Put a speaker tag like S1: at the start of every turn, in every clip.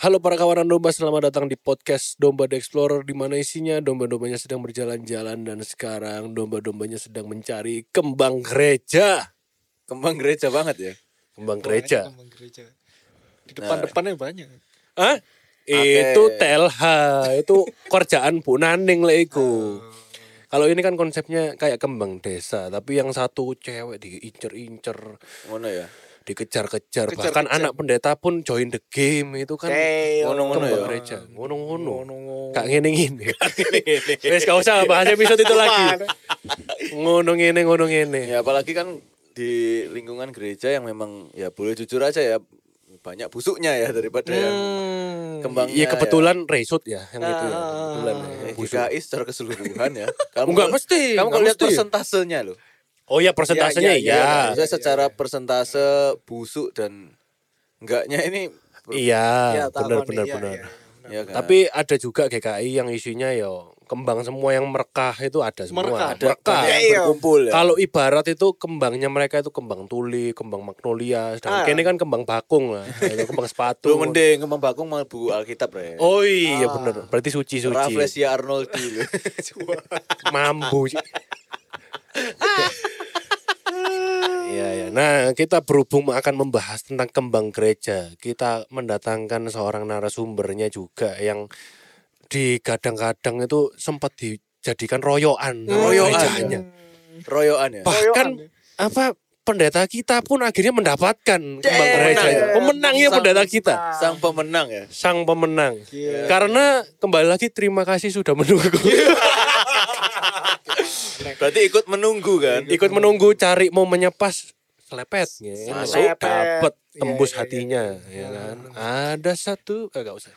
S1: Halo para kawanan domba, selamat datang di podcast Domba The Explorer di mana isinya domba-dombanya sedang berjalan-jalan dan sekarang domba-dombanya sedang mencari kembang gereja.
S2: Kembang gereja banget ya.
S1: Kembang gereja.
S3: Kembang gereja. Di depan-depannya banyak.
S1: Hah? Itu telha, itu kerjaan Bu Naning lah iku.
S3: Oh.
S1: Kalau ini kan konsepnya kayak kembang desa, tapi yang satu cewek diincer-incer,
S2: Ngono ya.
S1: dikejar-kejar, bahkan anak pendeta pun join the game itu kan.
S2: Ngono-ngono
S1: kembang
S2: ya.
S1: gereja ngono-ngono gak ngene ngene wes gak usah bahas episode itu lagi ngono ngene ngono ngene
S2: Ya apalagi kan di lingkungan gereja yang memang ya boleh jujur aja ya banyak busuknya ya daripada yang kembangnya
S1: iya kebetulan resut ya yang itu ya kebetulan ya.
S2: ya,
S1: Busuk.
S2: DKI secara keseluruhan ya. Kamu
S1: Enggak
S2: kalau-
S1: mesti,
S2: Kamu
S1: enggak
S2: kalau lihat
S1: mesti.
S2: persentasenya loh.
S1: oh iya persentasenya
S2: Ya, ya,
S1: iya
S2: Maksudnya secara persentase busuk dan enggaknya ini
S1: iya
S3: Ya, tak
S1: benar
S3: apa nih,
S1: benar
S3: iya,
S1: benar
S3: iya,
S2: ya kan.
S1: tapi ada juga GKI yang isinya yo kembang semua yang merekah itu ada semua
S3: Merekah, ada.
S1: merekah
S2: Banyak yang berkumpul ya.
S1: Kalau ibarat itu kembangnya mereka itu kembang tuli, kembang magnolia, sedangkan
S3: Ah.
S1: kini kan kembang bakung lah, itu kembang sepatu.
S2: Belum mending kembang bakung malah bu Alkitab ya.
S1: Oh iya
S3: Ah.
S1: bener, berarti suci-suci.
S2: Rafflesia Arnoldi.
S1: Mambu. Iya ya. Nah, kita berhubung akan membahas tentang kembang gereja. Kita mendatangkan seorang narasumbernya juga yang di kadang-kadang itu sempat dijadikan royoan, sama
S2: Royoan.
S1: gerejanya.
S2: Royoan ya.
S1: Bahkan
S3: Royoan.
S1: apa pendeta kita pun akhirnya mendapatkan kembang gerejanya. Pemenangnya
S2: Iya, Sang-
S1: ya pendeta kita.
S2: Sang pemenang Iya. ya.
S1: Sang pemenang. Karena kembali lagi terima kasih sudah menunggu.
S2: Berarti ikut menunggu kan?
S1: ikut menunggu cari momennya pas selepet ya kan?
S2: Masuk.
S1: dapet
S3: Iya,
S1: tembus
S3: iya, iya.
S1: hatinya ya kan ada satu eh gak usah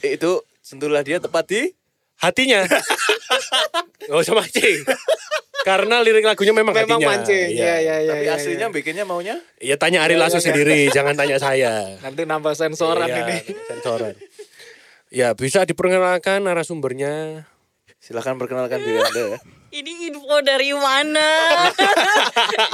S2: Itu sentuhlah dia tepat di
S1: hatinya gak usah mancing karena lirik lagunya memang,
S3: Memang
S1: hatinya
S3: mancing.
S1: Iya.
S3: Ya, ya, ya,
S2: tapi
S3: ya,
S2: aslinya
S3: ya.
S2: bikinnya maunya
S1: ya tanya Ari Lasso sendiri jangan tanya saya
S3: Nanti nambah
S1: Iya,
S3: sensoran ini.
S1: sensoran ya bisa diperkenalkan narasumbernya
S2: silahkan perkenalkan diri anda ya.
S4: Ini info dari mana?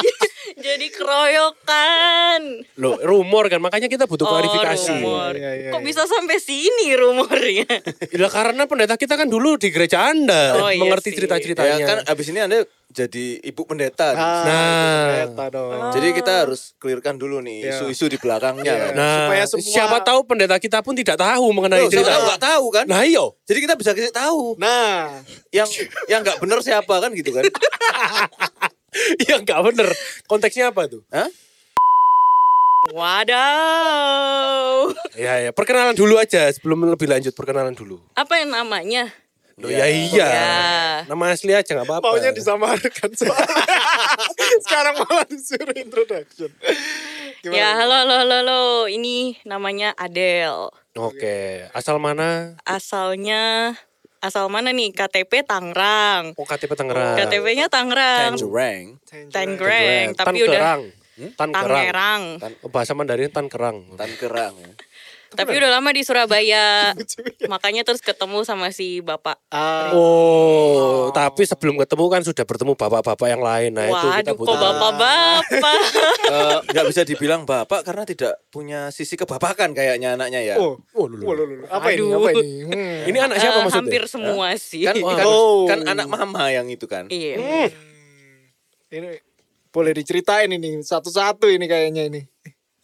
S4: Jadi keroyokan.
S1: Loh, rumor kan makanya kita butuh klarifikasi
S4: Oh, rumor.
S3: Iya, iya,
S4: Kok
S3: iya.
S4: bisa sampai sini rumornya?
S1: Lah karena pendeta kita kan dulu di gereja Anda
S4: Oh, iya
S1: mengerti
S4: sih.
S1: cerita-ceritanya.
S2: Ya kan abis ini anda jadi ibu pendeta.
S1: Nah.
S3: Beta Ah, dong.
S2: Jadi kita harus clearkan dulu nih
S3: Iya.
S2: isu-isu di belakangnya.
S3: Iya.
S2: kan.
S1: Nah,
S3: Supaya semua-
S1: siapa tahu pendeta kita pun tidak tahu mengenai
S2: Loh, siapa
S1: Nah, cerita.
S2: tahu nggak tahu kan?
S1: Nah, iyo.
S2: Jadi kita bisa kasih tahu
S3: Nah,
S2: yang yang nggak benar siapa kan gitu kan?
S1: ya enggak bener. Konteksnya apa tuh?
S2: Hah?
S4: Wadaw.
S1: Ya, ya, perkenalan dulu aja sebelum lebih lanjut perkenalan dulu.
S4: Apa yang namanya?
S1: Loh, ya, iya. Nama asli aja nggak apa-apa.
S3: maunya disamarkan soalnya. Sekarang malah disuruh introduction. Gimana?
S4: Ya, halo, halo, halo, halo. Ini namanya Adele.
S1: Oke, asal mana?
S4: Asalnya asal mana nih? KTP Tangerang.
S1: Oh, KTP Tangerang.
S4: KTP-nya Tangerang.
S2: Tangerang.
S4: Tangerang, tapi udah
S1: Tangerang. Tangerang.
S4: Tangerang.
S1: Oh, Bahasa Mandarin Tangerang.
S2: Tangerang. ya.
S4: Tapi udah lama di Surabaya. Makanya terus ketemu sama si bapak.
S3: Ah,
S1: Oh, tapi sebelum ketemu kan sudah bertemu bapak-bapak yang lain. Nah, itu kita
S4: Waduh,
S1: butuh.
S4: kok bapak-bapak.
S2: Eh, Nggak bisa dibilang bapak karena tidak punya sisi kebapakan kayaknya anaknya ya.
S3: oh, oh, lulu, lulu. Apa ini? Apa ini? Hmm.
S1: Ini anak Nah, siapa
S4: Eh,
S1: maksudnya?
S4: Hampir semua sih.
S2: Kan, kan,
S3: Oh.
S2: kan anak mama yang itu kan.
S4: iya.
S1: Hmm.
S3: Ini boleh diceritain ini satu-satu ini kayaknya ini.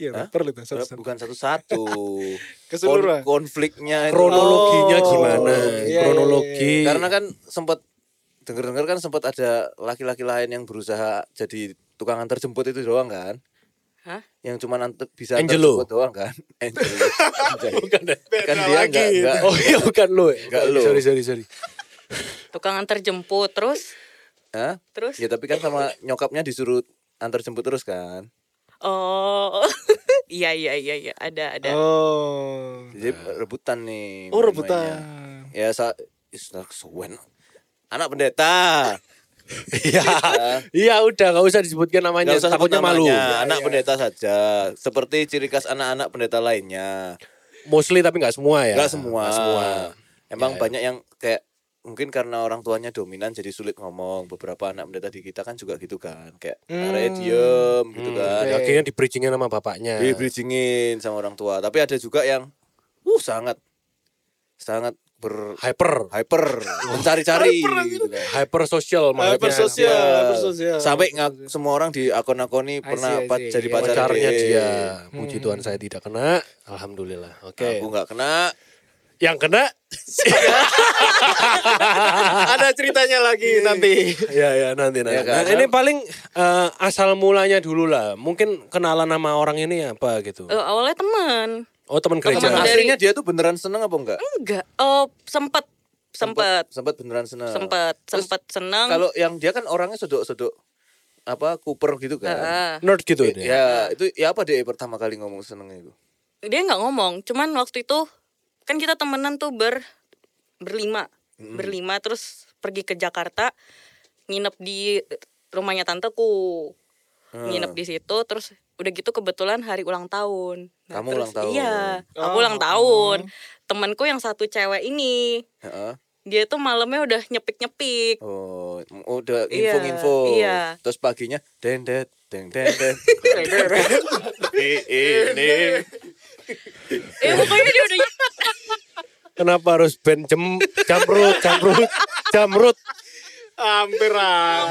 S3: Iya, perlu tuh
S2: Eh,
S3: satu-satu.
S2: Bukan satu-satu.
S3: Keseluruhan.
S2: Kon- konfliknya itu.
S1: kronologinya
S3: Oh,
S1: gimana?
S3: iya,
S1: Kronologi.
S2: Karena kan sempat denger-denger kan sempat ada laki-laki lain yang berusaha jadi tukang antar jemput itu doang kan?
S4: Hah?
S2: Yang cuma antar, bisa antar
S1: Angelo.
S2: jemput doang kan? Angelo.
S1: bukan
S2: kan dia enggak enggak.
S1: Oh iya bukan lo. Enggak
S2: lo.
S1: Sorry sorry sorry.
S4: Tukang antar jemput terus
S2: Hah?
S4: terus
S2: Ya tapi kan sama nyokapnya disuruh antar jemput terus kan.
S4: oh iya iya iya iya ada ada.
S3: Oh.
S2: Jadi
S1: Nah.
S2: rebutan nih.
S3: Oh,
S2: main-mainnya.
S3: rebutan.
S2: Ya sa is not so when- Anak pendeta.
S1: Iya. Iya udah enggak usah disebutkan namanya.
S2: Nggak usah sebut
S1: Takutnya malu. Iya,
S2: namanya, Anak pendeta saja. Seperti ciri khas anak-anak pendeta lainnya.
S1: Mostly tapi enggak semua ya.
S2: Enggak semua.
S1: Nggak semua.
S2: Emang banyak yang kayak mungkin karena orang tuanya dominan jadi sulit ngomong. Beberapa anak pendeta di kita kan juga gitu kan. Kayak arahnya diem gitu kan.
S1: iya. Akhirnya di bridgingnya nama bapaknya.
S2: Di bridgingin sama orang tua. Tapi ada juga yang uh sangat sangat ber
S1: hyper
S2: hyper mencari-cari
S3: Hyper,
S2: gitu kan.
S1: hyper sosial makanya.
S3: Hyper sosial,
S2: Ya,
S3: hyper sosial.
S2: sampai ngak- semua orang di akun-akoni
S3: I see,
S2: pernah
S3: I
S2: pa-
S3: see.
S2: jadi
S3: Iya.
S2: pacarnya,
S1: pacarnya dia. Hmm. Puji Tuhan saya tidak kena. Alhamdulillah. Oke.
S4: Iya.
S2: Aku nggak kena.
S1: Yang kena
S3: Ada ceritanya lagi nanti.
S1: ya ya nanti nanti.
S2: Ya kan?
S1: Nah, ini paling eh, asal mulanya dulu lah. Mungkin kenalan nama orang ini apa gitu.
S4: Eh, awalnya teman
S1: Oh teman gereja.
S2: Teman
S4: dari-
S2: aslinya dia tuh beneran seneng apa enggak?
S4: enggak oh sempet sempet
S2: Sempat beneran seneng.
S1: Eh.
S4: sempet
S2: Terus
S4: sempet seneng
S2: Kalau yang dia kan orangnya sodok-sodok apa Cooper gitu kan.
S4: Heeh.
S1: Nerd gitu
S2: Ya,
S1: dia.
S2: itu ya apa deh pertama kali ngomong senengnya itu?
S4: dia nggak ngomong cuman waktu itu kan kita temenan tuh ber berlima berlima terus pergi ke Jakarta nginep di rumahnya tanteku
S2: Ah.
S4: nginep di situ terus udah gitu kebetulan hari ulang tahun
S2: Kamu
S4: terus-
S2: ulang tahun.
S4: iya aku ulang tahun temanku yang satu cewek ini
S2: Heeh.
S4: dia tuh malamnya udah nyepik nyepik
S2: Oh, m- udah
S4: Iya,
S2: info-info.
S4: iya.
S2: Terus paginya dendet, deng deng deng. Ini
S4: eh pokoknya dia udah
S1: Kenapa harus band jem jamrut jamrut jamrut?
S3: Hampir ah.
S2: Iya,
S1: Hampir.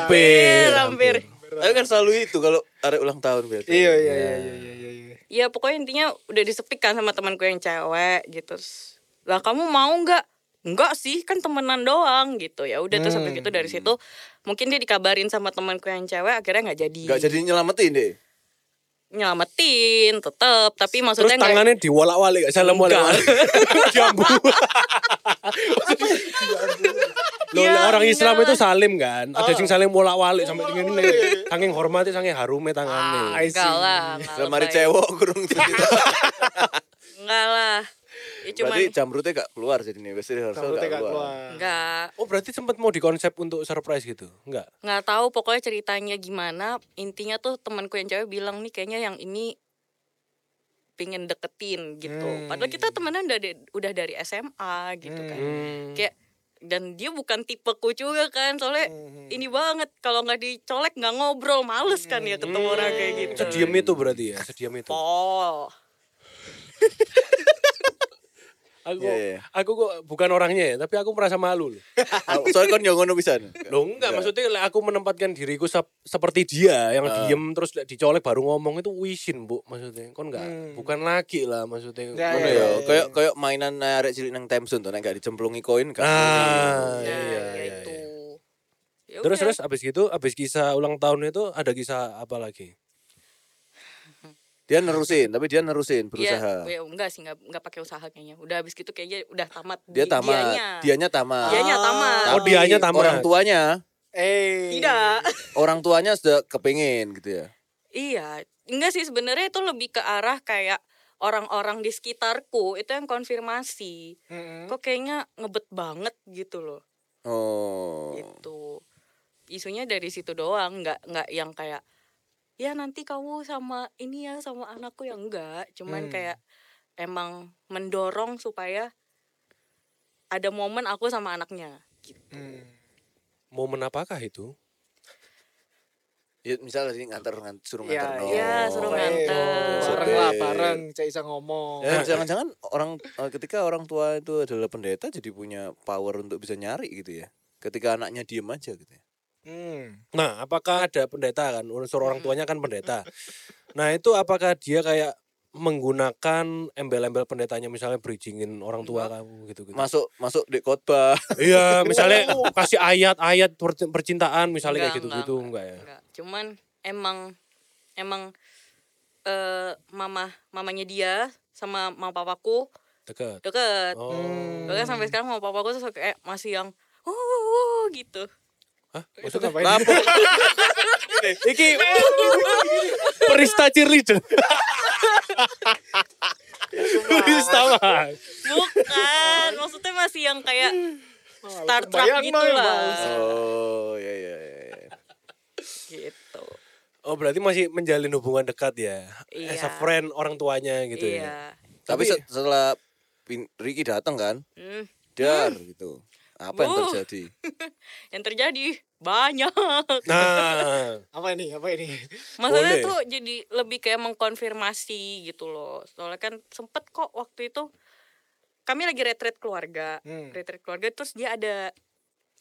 S4: nyepil hampir
S2: Tapi kan selalu itu kalau hari ulang tahun berarti.
S3: Iya iya iya iya iya iya.
S4: ya pokoknya intinya udah disepik kan sama temanku yang cewek gitu Terus, lah kamu mau nggak nggak sih kan temenan doang gitu ya udah terus sampai gitu dari situ mungkin dia dikabarin sama temanku yang cewek akhirnya nggak jadi
S2: Gak Hmm. jadi nyelamatin deh.
S4: nyelamatin tetep tapi
S1: Terus
S4: maksudnya nggak-
S1: tangannya diwalak-walik gak salam walik Jambu. Loh,
S4: Ya,
S1: orang Islam
S4: enggak.
S1: itu salim kan. Ada yang saling bolak-walik sampai dengan ini. Saking hormati, saking harume tangannya.
S4: "Ah, Enggak lah, enggak lah,
S2: Lemari
S4: Bay.
S2: cewek kurung tuh.
S4: Enggak lah. Ya cuman
S2: Berarti jamrutnya gak keluar jadi nih. Biasanya rehearsal
S3: Rambutnya
S2: gak
S3: gak
S2: keluar.
S3: keluar.
S4: enggak
S1: Oh berarti sempat mau dikonsep untuk surprise gitu? Enggak.
S4: nggak tahu pokoknya ceritanya gimana. Intinya tuh temanku yang cewek bilang nih kayaknya yang ini pingin deketin gitu.
S1: Hmm.
S4: Padahal kita temenan udah de- udah dari SMA gitu kan.
S1: Hmm.
S4: Kayak dan dia bukan tipeku juga kan soalnya
S1: Hmm.
S4: ini banget kalau nggak dicolek nggak ngobrol males kan ya ketemu
S1: Hmm.
S4: orang kayak gitu. Oh.
S1: Sediam itu berarti ya, sediam itu.
S4: Iya, Pol.
S1: Aku,
S2: Iya, iya.
S1: aku kok bukan orangnya ya, tapi aku merasa malu. loh.
S2: Oh, Soalnya kan yang ngono bisa.
S1: Loh
S4: Iya.
S1: enggak, maksudnya like, aku menempatkan diriku sep- seperti dia yang diem terus like, dicolek baru ngomong itu wisin bu maksudnya. Kon enggak,
S4: Hmm.
S1: bukan lagi lah maksudnya.
S3: Ya,
S2: Ngono
S3: Iya,
S2: ya,
S3: iya,
S2: kayak kayak mainan eh, arek cilik nang Temsun tuh nek gak dijemplungi koin gak.
S1: Ah,
S4: Nah,
S1: iya, iya,
S4: ya
S1: iya,
S4: itu.
S1: iya.
S4: Ya
S1: Terus
S4: udah.
S1: terus abis gitu, abis kisah ulang tahun itu ada kisah apa lagi?
S2: Dia nerusin, tapi dia nerusin berusaha.
S4: Ya, ya enggak sih, enggak, enggak pakai usaha kayaknya. Udah habis gitu kayaknya udah tamat.
S2: Dia
S4: Di-
S2: tamat,
S4: Dianya.
S2: dianya tamat.
S4: Dianya tamat.
S1: Oh, dianya tamat.
S2: Orang tuanya,
S3: Eh.
S4: Tidak.
S2: orang tuanya sudah kepingin gitu ya.
S4: iya. Enggak sih sebenarnya itu lebih ke arah kayak orang-orang di sekitarku itu yang konfirmasi.
S3: Mm-mm.
S4: Kok kayaknya ngebet banget gitu loh.
S2: Oh.
S4: Gitu. Isunya dari situ doang, enggak enggak yang kayak ya nanti kamu sama ini ya sama anakku yang enggak, cuman kayak emang mendorong supaya ada momen aku sama anaknya.
S3: Hmm.
S1: Momen apakah itu?
S2: Ya misalnya sih nganter ngan- suruh
S3: Iya,
S2: nganter. oh.
S4: iya, suruh
S3: Eh,
S4: nganter.
S3: Bareng lah, bareng. Cak Isa ngomong.
S2: Ya, jangan-jangan orang eh, ketika orang tua itu adalah pendeta jadi punya power untuk bisa nyari gitu ya. Ketika anaknya diem aja gitu ya.
S3: Hmm.
S1: Nah, apakah ada pendeta kan? Unsur
S4: Hmm.
S1: orang tuanya kan pendeta. Nah, itu apakah dia kayak menggunakan embel-embel pendetanya misalnya bridgingin orang tua kamu gitu gitu.
S2: Masuk masuk di khotbah.
S1: Iya, misalnya kasih ayat-ayat per- percintaan misalnya kayak
S4: Enggak,
S1: gitu-gitu enggak, ya?
S4: Enggak, cuman emang emang eh mama mamanya dia sama mama papaku
S1: Dekat. ya?
S4: deket.
S1: Oh.
S4: Bahkan sampai sekarang mama papaku tuh kayak masih yang "Oh, "Wuh, wuh, wuh," gitu.
S1: Hah?
S3: Itu
S1: Maksudnya
S3: ngapain?
S1: iki perista cheerleader. Perista Mas.
S4: Bukan, maksudnya masih yang kayak
S1: Hmm.
S4: Star Trek
S3: kebayang
S4: gitu
S3: dong,
S4: lah.
S2: Oh, ya ya ya.
S4: Gitu.
S1: Oh, berarti masih menjalin hubungan dekat ya. As a
S4: Iya.
S1: friend orang tuanya gitu ya.
S4: iya.
S2: Tapi
S1: Tapi-
S2: set- setelah Pin- Ricky datang kan,
S4: Hmm.
S2: dar gitu. Apa yang
S4: Bu.
S2: terjadi?
S4: Yang terjadi banyak.
S1: Nah,
S3: Apa ini? Apa ini?
S1: Boleh.
S4: Maksudnya tuh jadi lebih kayak mengkonfirmasi gitu loh. Soalnya kan sempet kok waktu itu kami lagi retreat keluarga
S3: Hmm.
S4: retreat keluarga terus dia ada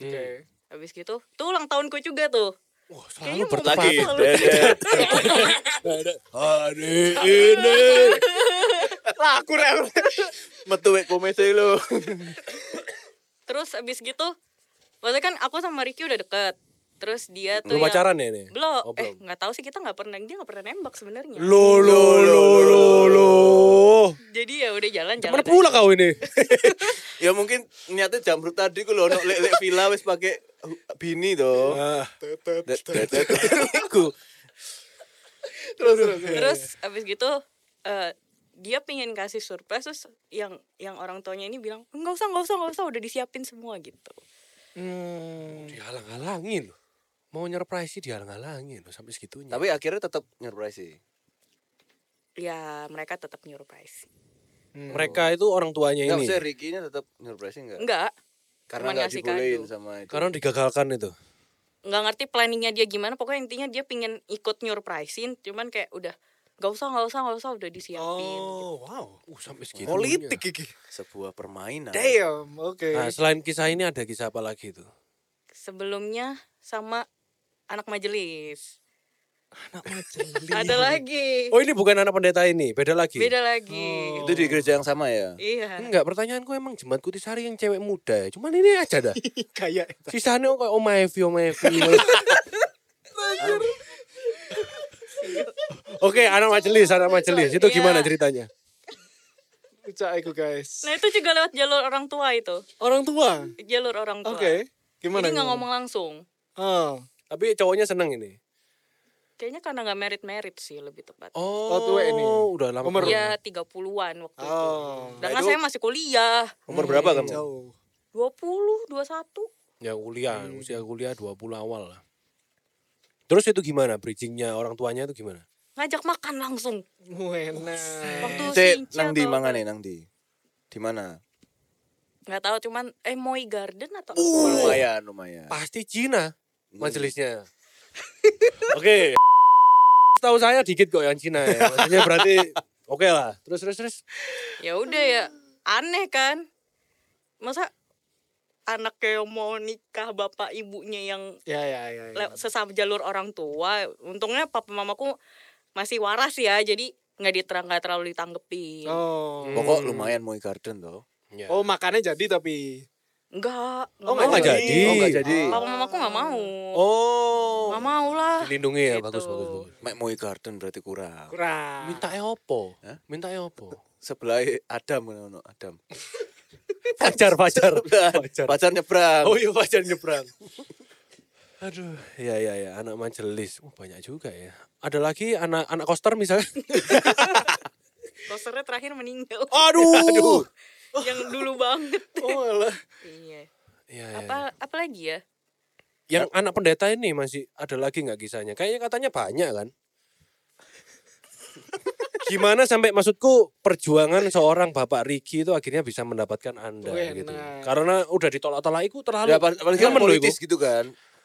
S1: Hmm.
S3: Oke.
S4: habis gitu tuh ulang tahunku juga tuh
S1: Wah, selalu
S4: Kayaknya momen
S1: bertepatan.
S4: itu selalu-
S1: iya. Hari ini
S3: Lah aku rel.
S2: metu wek komese lo.
S4: terus habis gitu maksudnya kan aku sama Ricky udah deket terus dia tuh
S1: Belum
S4: yang-
S1: pacaran ya ini?
S4: belum
S1: Oh,
S4: eh
S1: belum.
S4: nggak tahu sih kita nggak pernah dia nggak pernah nembak sebenarnya
S1: Lo lo lo lo lo.
S4: jadi ya udah jalan jalan
S1: Mana pula kau ini?
S2: Ya mungkin niatnya jamrut tadi ku lho ono lek-lek villa wis pakai bini to.
S1: Ah.
S2: Det- det- det- Iku.
S3: Terus terus.
S4: terus abis gitu eh, dia pingin kasih surprise terus yang yang orang tuanya ini bilang nggak usah nggak usah nggak usah udah disiapin semua gitu
S1: Hmm. Dihalang-halangin. loh. Mau nyerpresi dihalang-halangin loh, sampai segitunya.
S2: Tapi akhirnya tetap nyurprise sih.
S4: ya mereka tetap nyurprise
S1: mereka itu orang tuanya
S2: Enggak
S1: ini
S2: usah Ricky-nya tetap nyurprise enggak?
S4: enggak
S2: Karena
S4: cuman
S2: enggak
S4: ngasih
S2: dibolehin
S4: kado.
S2: sama itu.
S1: karena digagalkan itu.
S4: nggak ngerti planningnya dia gimana pokoknya intinya dia pingin ikut nyurprisein cuman kayak udah nggak usah nggak usah nggak usah udah disiapin
S1: wow. Uh, sampai segitunya.
S2: Politik iki. Sebuah permainan.
S3: Damn. Oke.
S1: Nah, selain kisah ini ada kisah apa lagi itu?
S4: sebelumnya sama anak majelis anak majelis ada lagi
S1: Oh, iya. ini bukan anak pendeta ini, beda lagi.
S4: beda lagi
S2: Itu di gereja yang sama ya?
S4: iya
S1: Enggak, pertanyaanku emang Jemat Kutisari yang cewek muda ya. Cuman ini aja dah.
S3: Kayak itu.
S1: Sisanya kok Oma Evi, Oma Evi. Oke, anak majelis, anak majelis. Itu
S4: Iya.
S1: gimana ceritanya?
S3: Ucap aku guys.
S4: nah itu juga lewat jalur orang tua itu
S3: Orang tua.
S4: jalur orang tua
S3: Oke. Gimana?
S4: Jadi nggak ngomong langsung.
S3: Oh.
S1: Tapi cowoknya seneng ini.
S4: Kayaknya karena nggak merit-merit sih lebih tepat.
S1: Oh,
S3: tua ini.
S1: Udah lama.
S3: Umur-
S4: Ya 30-an waktu itu.
S3: Oh.
S4: Dan kan saya masih kuliah.
S2: Umur berapa kamu?
S3: Jauh.
S4: 20, 21.
S1: Ya kuliah, usia kuliah 20 awal lah. Terus itu gimana bridgingnya orang tuanya itu gimana?
S4: Ngajak makan langsung.
S3: Hmm. Enak.
S4: Waktu si
S2: Cek
S4: Ica
S2: ya nang di
S4: atau-
S2: mangane nang di. Di mana?
S4: Nggak tahu cuman eh Moy Garden atau
S2: Uh. Lumayan, lumayan.
S1: Pasti Cina majelisnya. Oke. Tahu saya dikit kok yang Cina ya. Maksudnya berarti oke lah. Terus terus terus.
S4: ya udah ya aneh kan. Masa anak kayak mau nikah bapak ibunya yang
S3: Ya ya ya. ya.
S4: lew- sesama jalur orang tua. Untungnya papa mamaku masih waras ya. Jadi nggak diterang nggak terlalu ditanggepin.
S3: Oh.
S2: Pokok lumayan Moy Garden toh.
S1: Ya.
S3: Oh makannya jadi tapi.
S4: Enggak.
S3: Oh,
S4: mau.
S1: nggak jadi.
S2: Oh enggak jadi.
S4: Papa mamaku nggak mau.
S1: Oh.
S4: Nggak mau lah.
S1: Dilindungi ya
S4: Gitu.
S1: bagus bagus bagus.
S2: Mek Moy Garden berarti kurang.
S3: Kurang.
S1: Minta e opo?
S2: Hah?
S1: Minta e opo?
S2: Sebelah Adam ngono Adam.
S1: Pacar pacar.
S2: Pacar. Pacar nyebrang.
S1: Oh iya pacar nyebrang. Aduh, ya ya ya anak majelis. Oh, banyak juga ya. Ada lagi anak anak koster misalnya.
S4: Kosternya terakhir meninggal.
S1: Aduh. Aduh.
S4: Yang dulu banget.
S2: Oh, alah.
S4: iya.
S1: Ya, ya, ya.
S4: Apa apa lagi ya?
S1: Yang anak pendeta ini masih ada lagi nggak kisahnya? Kayaknya katanya banyak kan? Gimana sampai maksudku perjuangan seorang Bapak Riki itu akhirnya bisa mendapatkan Anda
S3: Wih,
S1: gitu.
S3: enak.
S1: Karena udah ditolak-tolak itu terlalu
S2: Ya apal- apalagi kan
S1: nemen loh Anu, iku.
S2: politis gitu kan.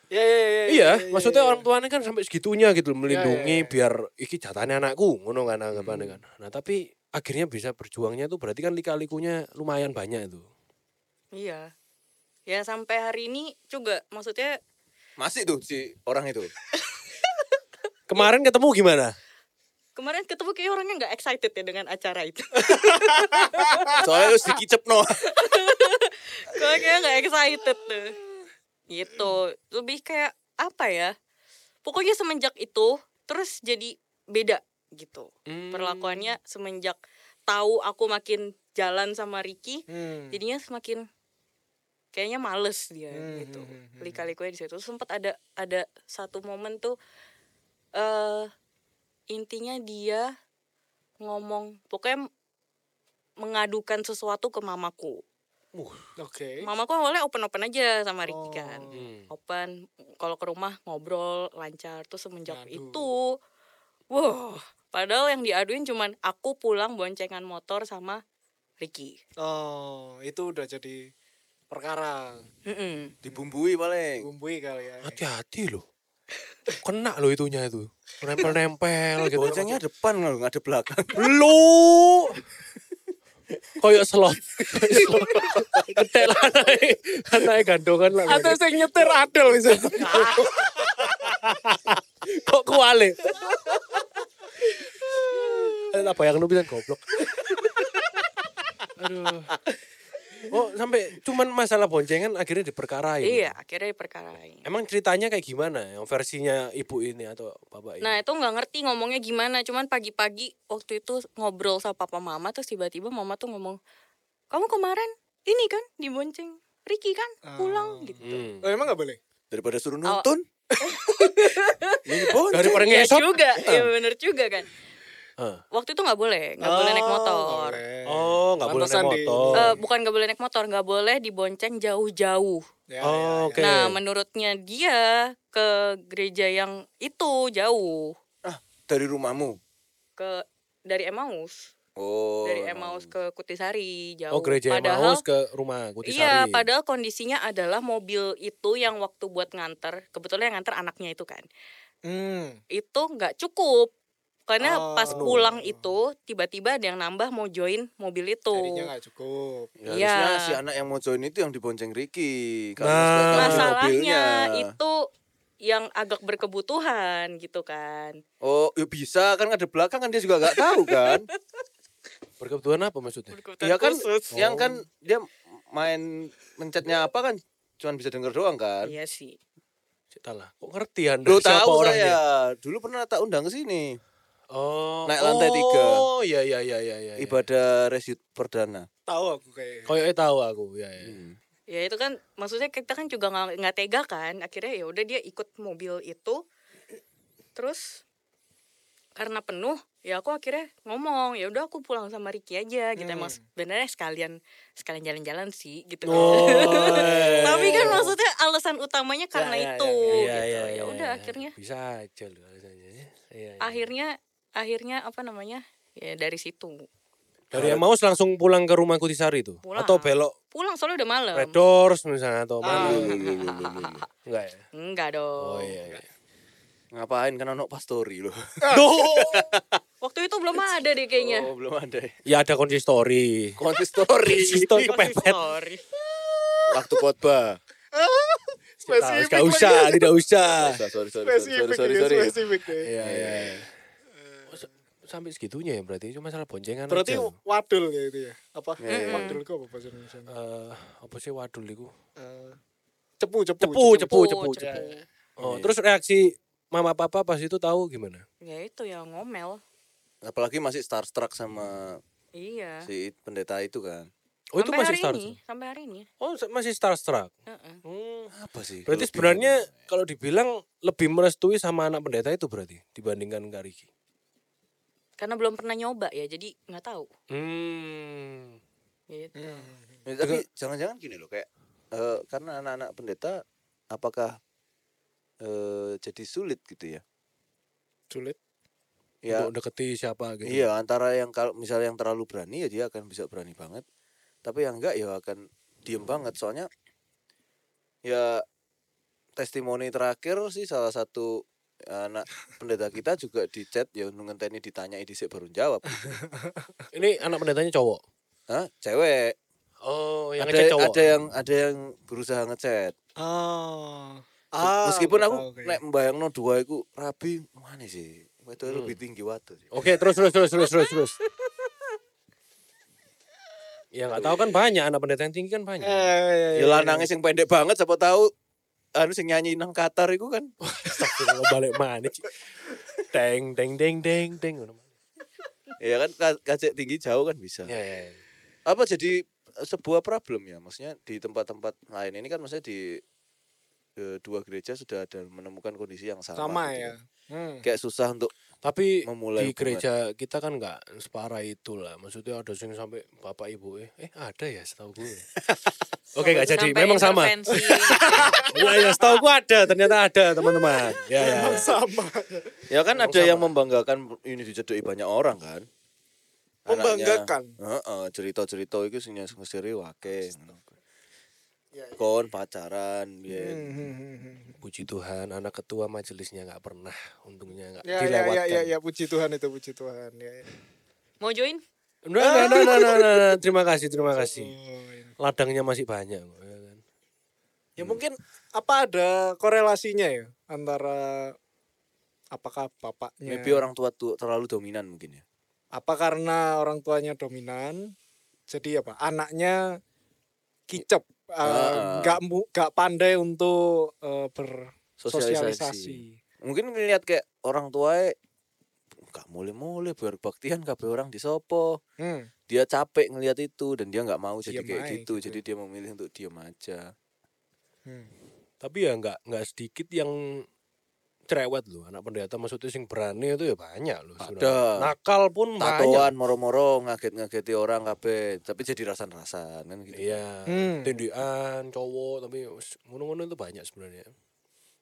S3: Ya ya ya. ya,
S1: Iya,
S3: ya, ya,
S1: maksudnya
S3: ya.
S1: orang tuanya kan sampai segitunya gitu loh, melindungi
S3: iya.
S1: biar iki jatahnya anakku, ngono kan anggapannya kan. Nah, tapi akhirnya bisa berjuangnya tuh berarti kan lika-likunya lumayan banyak itu.
S4: Iya. Ya sampai hari ini juga maksudnya
S2: Masih tuh si orang itu.
S1: Kemarin ketemu gimana?
S4: kemarin ketemu kayak orangnya nggak excited ya dengan acara itu.
S2: Soalnya harus dikicepno.
S4: Gue kayak nggak excited tuh. Gitu. Lebih kayak apa ya? Pokoknya semenjak itu terus jadi beda gitu. Perlakuannya semenjak tahu aku makin jalan sama Ricky,
S3: Hmm.
S4: jadinya semakin kayaknya males dia
S3: Hmm,
S4: gitu
S3: hmm, hmm, hmm.
S4: lika-likunya di situ sempat ada ada satu momen tuh eh intinya dia ngomong pokoknya mengadukan sesuatu ke mamaku
S3: Oke.
S4: mamaku awalnya open open aja sama Ricky kan
S3: Oh.
S4: open kalau ke rumah ngobrol lancar tuh semenjak
S3: Aduh.
S4: itu wow padahal yang diaduin cuman aku pulang boncengan motor sama Ricky
S3: Oh, itu udah jadi perkara
S4: Mm-mm.
S2: Dibumbui paling.
S3: bumbui kali ya.
S1: Hati-hati loh. Kena loh itunya itu. Nempel-nempel gitu.
S2: Boncengnya depan loh, nggak ada belakang.
S1: lu. Koyok slot. Ketel anaknya, anaknya gandokan lah.
S3: Atau saya nyetir adel misalnya.
S1: Kok kuale? Apa yang lu bilang goblok? Aduh. Oh sampai cuman masalah boncengan akhirnya diperkarain.
S4: Iya, akhirnya diperkarain.
S1: Emang ceritanya kayak gimana? Yang versinya ibu ini atau bapak ini?
S4: Nah itu nggak ngerti ngomongnya gimana, cuman pagi-pagi waktu itu ngobrol sama papa mama terus tiba-tiba mama tuh ngomong, kamu kemarin ini kan dibonceng Ricky kan pulang gitu.
S1: Hmm.
S3: Oh, emang gak boleh?
S2: daripada suruh nonton oh.
S1: Daripada
S4: Ya
S1: ngesot.
S4: juga, ya bener juga kan.
S1: Ah.
S4: Waktu itu nggak boleh, nggak boleh naik motor.
S1: Oh, nggak boleh naik
S3: Pantesan di-
S1: motor.
S4: Eh, bukan nggak boleh naik motor, nggak boleh dibonceng jauh-jauh.
S3: Ya,
S1: oh, oke.
S4: Nah menurutnya dia ke gereja yang itu jauh
S2: ah dari rumahmu
S4: ke dari Emmaus,
S2: oh
S4: dari Emmaus ke Kutisari
S1: oh,
S4: jauh.
S1: gereja Emmaus
S4: Padahal
S1: ke rumah Kutisari.
S4: Iya, padahal kondisinya adalah mobil itu yang waktu buat nganter, kebetulan yang nganter anaknya itu kan,
S3: Hmm.
S4: itu nggak cukup. Karena
S3: Oh.
S4: pas pulang itu tiba-tiba ada yang nambah mau join mobil itu. Nah,
S3: Jadinya gak cukup.
S2: Ya, harusnya
S4: Iya.
S2: si anak yang mau join itu yang dibonceng Ricky
S1: Nah.
S2: sudah tahu mobilnya.
S4: Masalahnya itu yang agak berkebutuhan gitu kan.
S2: oh ya bisa kan ada belakang kan dia juga nggak tahu kan
S1: Berkebutuhan apa maksudnya?
S2: Iya kan
S1: Oh.
S2: yang kan dia main mencetnya apa kan cuman bisa denger doang kan
S4: Iya sih.
S1: Cita lah. Kok ngerti Anda
S2: Lo
S1: siapa
S2: tahu
S1: orangnya? Iya,
S2: saya dulu pernah tak undang ke sini
S1: Oh.
S2: Naik lantai tiga.
S1: Oh, iya iya iya iya iya. Ibarat
S2: ibadah resyut perdana
S3: Tahu aku kayak. gitu.
S1: Koyoknya tahu aku, ya ya.
S2: Hmm.
S4: Ya itu kan maksudnya kita kan juga nggak nggak tega kan. Akhirnya ya udah dia ikut mobil itu. Terus karena penuh ya aku akhirnya ngomong ya udah aku pulang sama Ricky aja gitu
S1: Hmm.
S4: emang sebenarnya sekalian sekalian jalan-jalan sih gitu tapi kan maksudnya alasan
S1: Ya,
S4: utamanya karena itu
S1: Iya,
S4: gitu ya udah akhirnya
S1: Bisa aja loh alasannya. Iya, Iya.
S4: akhirnya akhirnya apa namanya ya dari situ
S1: Dari Emmaus langsung pulang ke rumah Kutisari tuh
S4: Pulang.
S1: atau belok
S4: pulang soalnya udah malam
S1: Red Doors misalnya atau mana?
S2: Ah.
S1: iya, Enggak ya?
S4: enggak dong
S1: Oh iya. iya.
S2: ngapain kan anak pastori loh
S4: waktu itu belum ada deh kayaknya
S2: oh belum ada ya.
S1: Ya ada konsistori.
S2: konsistori
S1: Konsistori kepepet.
S4: sorry
S2: waktu khotbah
S1: Tahu, Enggak Nah, usah, tidak usah.
S2: sorry sorry sorry sorry
S3: Spesifik
S2: sorry,
S3: ini,
S2: sorry.
S3: spesifik ini.
S1: Iya, iya. iya. Oh, sa- Sampai segitunya ya berarti cuma salah boncengan
S3: Berarti
S1: aja.
S3: wadul ya itu ya? Apa?
S1: Iya,
S3: Wadul kok apa bahasa Indonesia?
S1: Eh, apa sih wadul itu?
S3: Eh, Cepu, cepu.
S1: Cepu, cepu, cepu,
S4: Oh, cepu.
S1: cepu. Oh, terus reaksi mama papa pas itu tahu gimana?
S4: ya itu ya ngomel
S2: apalagi masih starstruck sama
S4: iya
S2: si pendeta itu kan
S1: Oh, itu
S4: sampai
S1: masih
S4: hari ini
S1: starstruck.
S4: sampai hari ini
S1: Oh, sa- masih starstruck.
S4: Heeh.
S1: Hmm.
S2: apa sih
S1: Berarti sebenarnya kalau dibilang lebih merestui sama anak pendeta itu berarti dibandingkan Kak Riki.
S4: karena belum pernah nyoba ya jadi nggak tahu
S1: Hmm.
S4: gitu.
S2: Ya, tapi jangan-jangan gini loh kayak eh, karena anak-anak pendeta apakah eh, jadi sulit gitu ya
S3: Sulit.
S2: ya
S1: Untuk deketi siapa gitu.
S2: iya antara yang kalau misalnya yang terlalu berani ya dia akan bisa berani banget tapi yang enggak ya akan diem banget soalnya ya testimoni terakhir sih salah satu anak pendeta kita juga di chat ya ngenteni ditanyai dhisik baru jawab
S1: Ini anak pendetanya cowok.
S2: Hah? cewek
S1: Oh, yang
S2: ada,
S1: ngecek cowok.
S2: ada yang ada yang berusaha ngechat
S4: Oh.
S3: Ah.
S2: Meskipun aku
S3: tahu kayaknya.
S2: nek mbayangno dua iku rabi mana sih? Wedoke
S3: Hmm.
S2: lebih tinggi watu. sih.
S1: Oke, terus terus terus terus terus terus. Ya nggak tahu kan banyak anak pendeta yang tinggi kan banyak.
S3: Eh, iya, iya.
S2: Ya lanange sing pendek banget siapa tahu anu sing nyanyi nang Qatar iku kan.
S1: Astagfirullah balik mana Ci? Deng deng deng deng deng.
S2: ya kan ka- kacek tinggi jauh kan bisa.
S1: Ya, ya, ya.
S2: Apa jadi e, sebuah problem ya? Maksudnya di tempat-tempat lain ini kan maksudnya di eh, dua gereja sudah ada menemukan kondisi yang sama.
S3: sama
S2: gitu
S3: ya.
S2: kan.
S3: Hmm.
S2: Kayak susah untuk
S1: Tapi di
S2: Memulai hubungan.
S1: gereja kita kan nggak separah itu lah. Maksudnya ada yang sampai bapak ibu eh, eh ada ya setahu gue. Oke nggak jadi.
S4: Sampai
S1: Memang sama.
S4: intervensi.
S1: Ya, ya setahu gue ada. Ternyata ada teman-teman. Ya, ya.
S3: Sama.
S2: ya kan ada yang membanggakan ini dicedoki banyak orang kan.
S3: Membanggakan.
S2: Heeh, cerita-cerita itu sing ngesiri wake. Kon pacaran
S3: Hmm,
S2: biyen.
S1: Puji Tuhan, anak ketua majelisnya nggak pernah. Untungnya nggak
S3: Ya, ya, ya,
S1: dilewatkan.
S3: ya, ya, puji Tuhan itu, puji Tuhan. Ya, ya.
S4: mau join
S1: Nah, nah, nah, nah, nah, nah, nah. Terima kasih, terima
S2: Iya.
S1: kasih.
S3: Oh, ini.
S1: Ladangnya masih banyak. kok, ya kan.
S3: Ya mungkin apa ada korelasinya ya antara apakah bapaknya
S2: Maybe orang tua tuh terlalu dominan mungkin ya.
S3: apa karena orang tuanya dominan jadi apa anaknya kicep eh,
S2: Ah.
S3: nggak mu- nggak pandai untuk eh, bersosialisasi
S2: Sosialisasi. Mungkin ngeliat kayak orang tua e, nggak mulai-mulai berbaktian kabeh orang di sopo.
S3: hmm.
S2: Dia capek ngelihat itu dan dia nggak mau jadi
S3: Diem
S2: kayak
S3: aja
S2: gitu.
S3: gitu.
S2: Jadi dia memilih untuk diam aja.
S3: hmm.
S1: Tapi ya nggak nggak sedikit yang cerewet loh anak pendeta maksudnya sing berani itu ya banyak loh sebenarnya.
S2: Ada.
S1: nakal pun banyak
S2: Tatoan moro-moro ngaget-ngageti orang kabeh, tapi jadi rasan-rasan kan gitu.
S1: iya
S3: Hmm.
S1: tindian cowok tapi wes, ngono-ngono itu banyak sebenarnya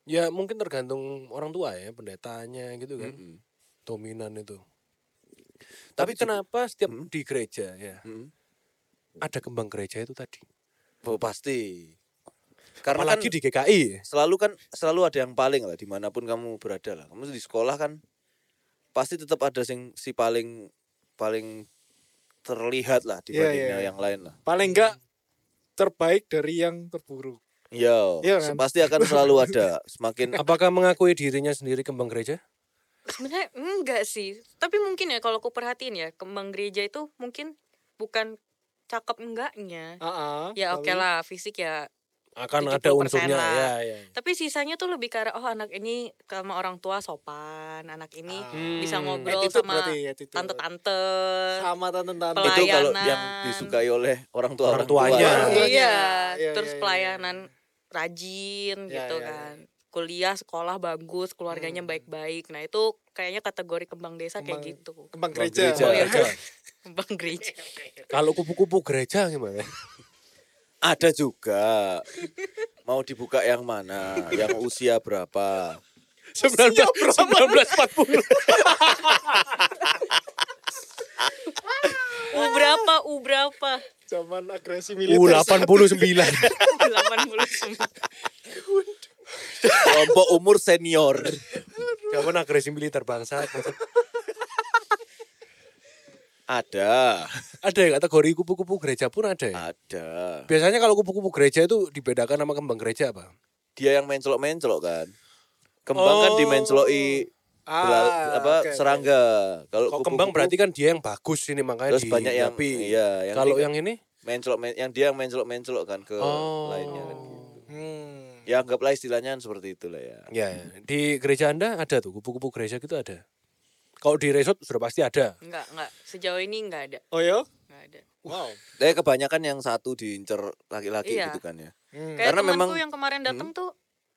S1: ya mungkin tergantung orang tua ya pendetanya gitu kan
S2: Mm-mm.
S1: dominan itu
S2: Hmm. Tapi
S1: tapi, kenapa setiap
S2: Hmm.
S1: di gereja ya
S2: Mm-mm.
S1: ada kembang gereja itu tadi
S2: Oh, pasti. Karena kan
S1: apalagi di GKI
S2: selalu kan selalu ada yang paling lah dimanapun kamu berada lah kamu di sekolah kan pasti tetap ada sing si paling paling terlihat lah
S3: Iya,
S2: dibanding
S3: iya, iya.
S2: yang lain lah
S3: paling enggak terbaik dari yang terburuk
S2: Yo,
S3: Iya kan?
S2: pasti akan selalu ada semakin
S1: apakah mengakui dirinya sendiri kembang gereja
S4: Sebenarnya enggak sih. Tapi mungkin ya kalau aku perhatiin ya, kembang gereja itu mungkin bukan cakep enggaknya.
S3: Ah, ah,
S4: Ya oke
S3: tapi-
S4: lah, fisik ya.
S1: akan ada
S4: 70%
S1: unsurnya ya,
S4: lah.
S1: ya.
S4: Tapi sisanya tuh lebih ke arah oh anak ini sama orang tua sopan, anak ini
S3: Ah.
S4: bisa
S1: Hmm.
S4: ngobrol
S3: Attitude
S4: sama
S3: berarti, attitude.
S4: tante-tante.
S3: sama tante-tante
S4: Pelayan.
S2: itu kalau yang
S4: pelayanan.
S2: disukai oleh orang tua
S1: Orang
S2: orang,
S1: tuanya.
S2: tua
S3: Iya,
S4: Iya,
S3: iya,
S4: terus
S3: iya, iya.
S4: pelayanan rajin
S3: Iya,
S4: gitu
S3: iya, iya.
S4: kan. Kuliah, sekolah bagus, keluarganya
S3: Hmm.
S4: baik-baik. Nah, itu kayaknya kategori kembang desa
S3: Kembang-
S4: kayak gitu.
S3: kembang
S2: Kembang
S3: gereja,
S2: gereja.
S3: Oh, iya.
S1: Gereja.
S4: Kembang gereja.
S1: kalau kupu-kupu gereja gimana
S2: ada juga mau dibuka yang mana yang usia berapa
S1: 19 1940
S4: U berapa? U berapa?
S3: zaman agresi
S1: U
S3: militer
S1: 89
S4: 89.
S2: kelompok umur senior
S1: Jangan agresi militer bangsa.
S2: ada
S1: ada ya kategori kupu-kupu gereja pun ada ya.
S2: ada
S1: Biasanya kalau kupu-kupu gereja itu dibedakan sama kembang gereja apa?
S2: dia yang mencelok-mencelok kan kembang kan
S1: Oh.
S2: dimenceloki
S3: Ah,
S2: Bela- apa
S3: oke, oke.
S2: serangga kalau
S1: Kalau
S2: kupu-kupu
S1: kembang berarti kan dia yang bagus ini makanya
S2: terus banyak yang
S1: dihinggapi.
S2: iya yang
S1: kalau
S2: di-
S1: yang ini
S2: mencelok men- yang dia yang mencelok mencelok kan ke
S1: Oh.
S2: lainnya kan gitu.
S3: Hmm.
S2: ya anggaplah istilahnya seperti itulah ya
S1: ya ya. di gereja Anda ada tuh kupu-kupu gereja gitu ada. Kalau di resort sudah pasti ada.
S4: Enggak, enggak. Sejauh ini enggak ada.
S3: oh ya
S4: Enggak ada.
S3: wow
S2: tapi kebanyakan yang satu diincer laki-laki
S4: Iya.
S2: gitu kan ya
S3: Hmm.
S4: Kayak
S2: Karena
S4: temanku
S2: memang- Hmm?
S4: yang kemarin datang tuh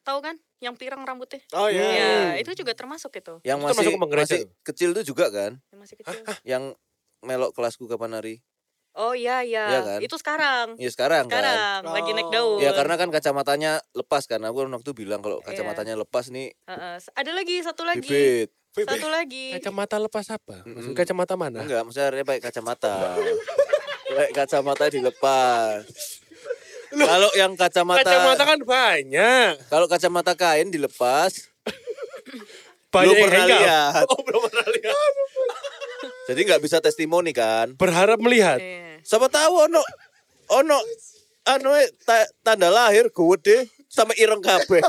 S4: tahu kan yang pirang rambutnya.
S3: oh ya
S4: Iya,
S2: Hmm.
S4: itu juga termasuk itu.
S2: yang
S1: Itu
S2: masih
S1: termasuk kembang gereja
S2: masih kecil tuh juga kan
S4: Yang masih kecil.
S2: yang melok kelasku kapan hari
S4: Oh iya iya.
S2: Iya kan?
S4: Itu sekarang.
S2: ya sekarang, kan
S3: Oh.
S4: Sekarang lagi naik daun.
S2: Ya karena kan kacamatanya lepas kan. Aku waktu bilang kalau
S4: Iya.
S2: kacamatanya lepas nih
S4: Heeh. ada lagi satu lagi.
S2: bibit.
S4: Satu lagi.
S1: Kacamata lepas apa? Maksudnya
S2: Mm-mm.
S1: kacamata mana?
S2: Enggak, maksudnya dia pakai kacamata. pakai kacamata dilepas. Kalau yang kacamata,
S1: Kacamata kan banyak.
S2: kalau kacamata kain dilepas,
S1: Banyak
S2: belum
S1: yang
S2: pernah
S1: hengkang.
S2: lihat.
S1: Oh, belum pernah lihat.
S2: Jadi nggak bisa testimoni kan?
S1: Berharap melihat.
S4: Iya.
S2: Siapa tahu ono ono anu eh, ta- tanda lahir gede sama ireng kabeh.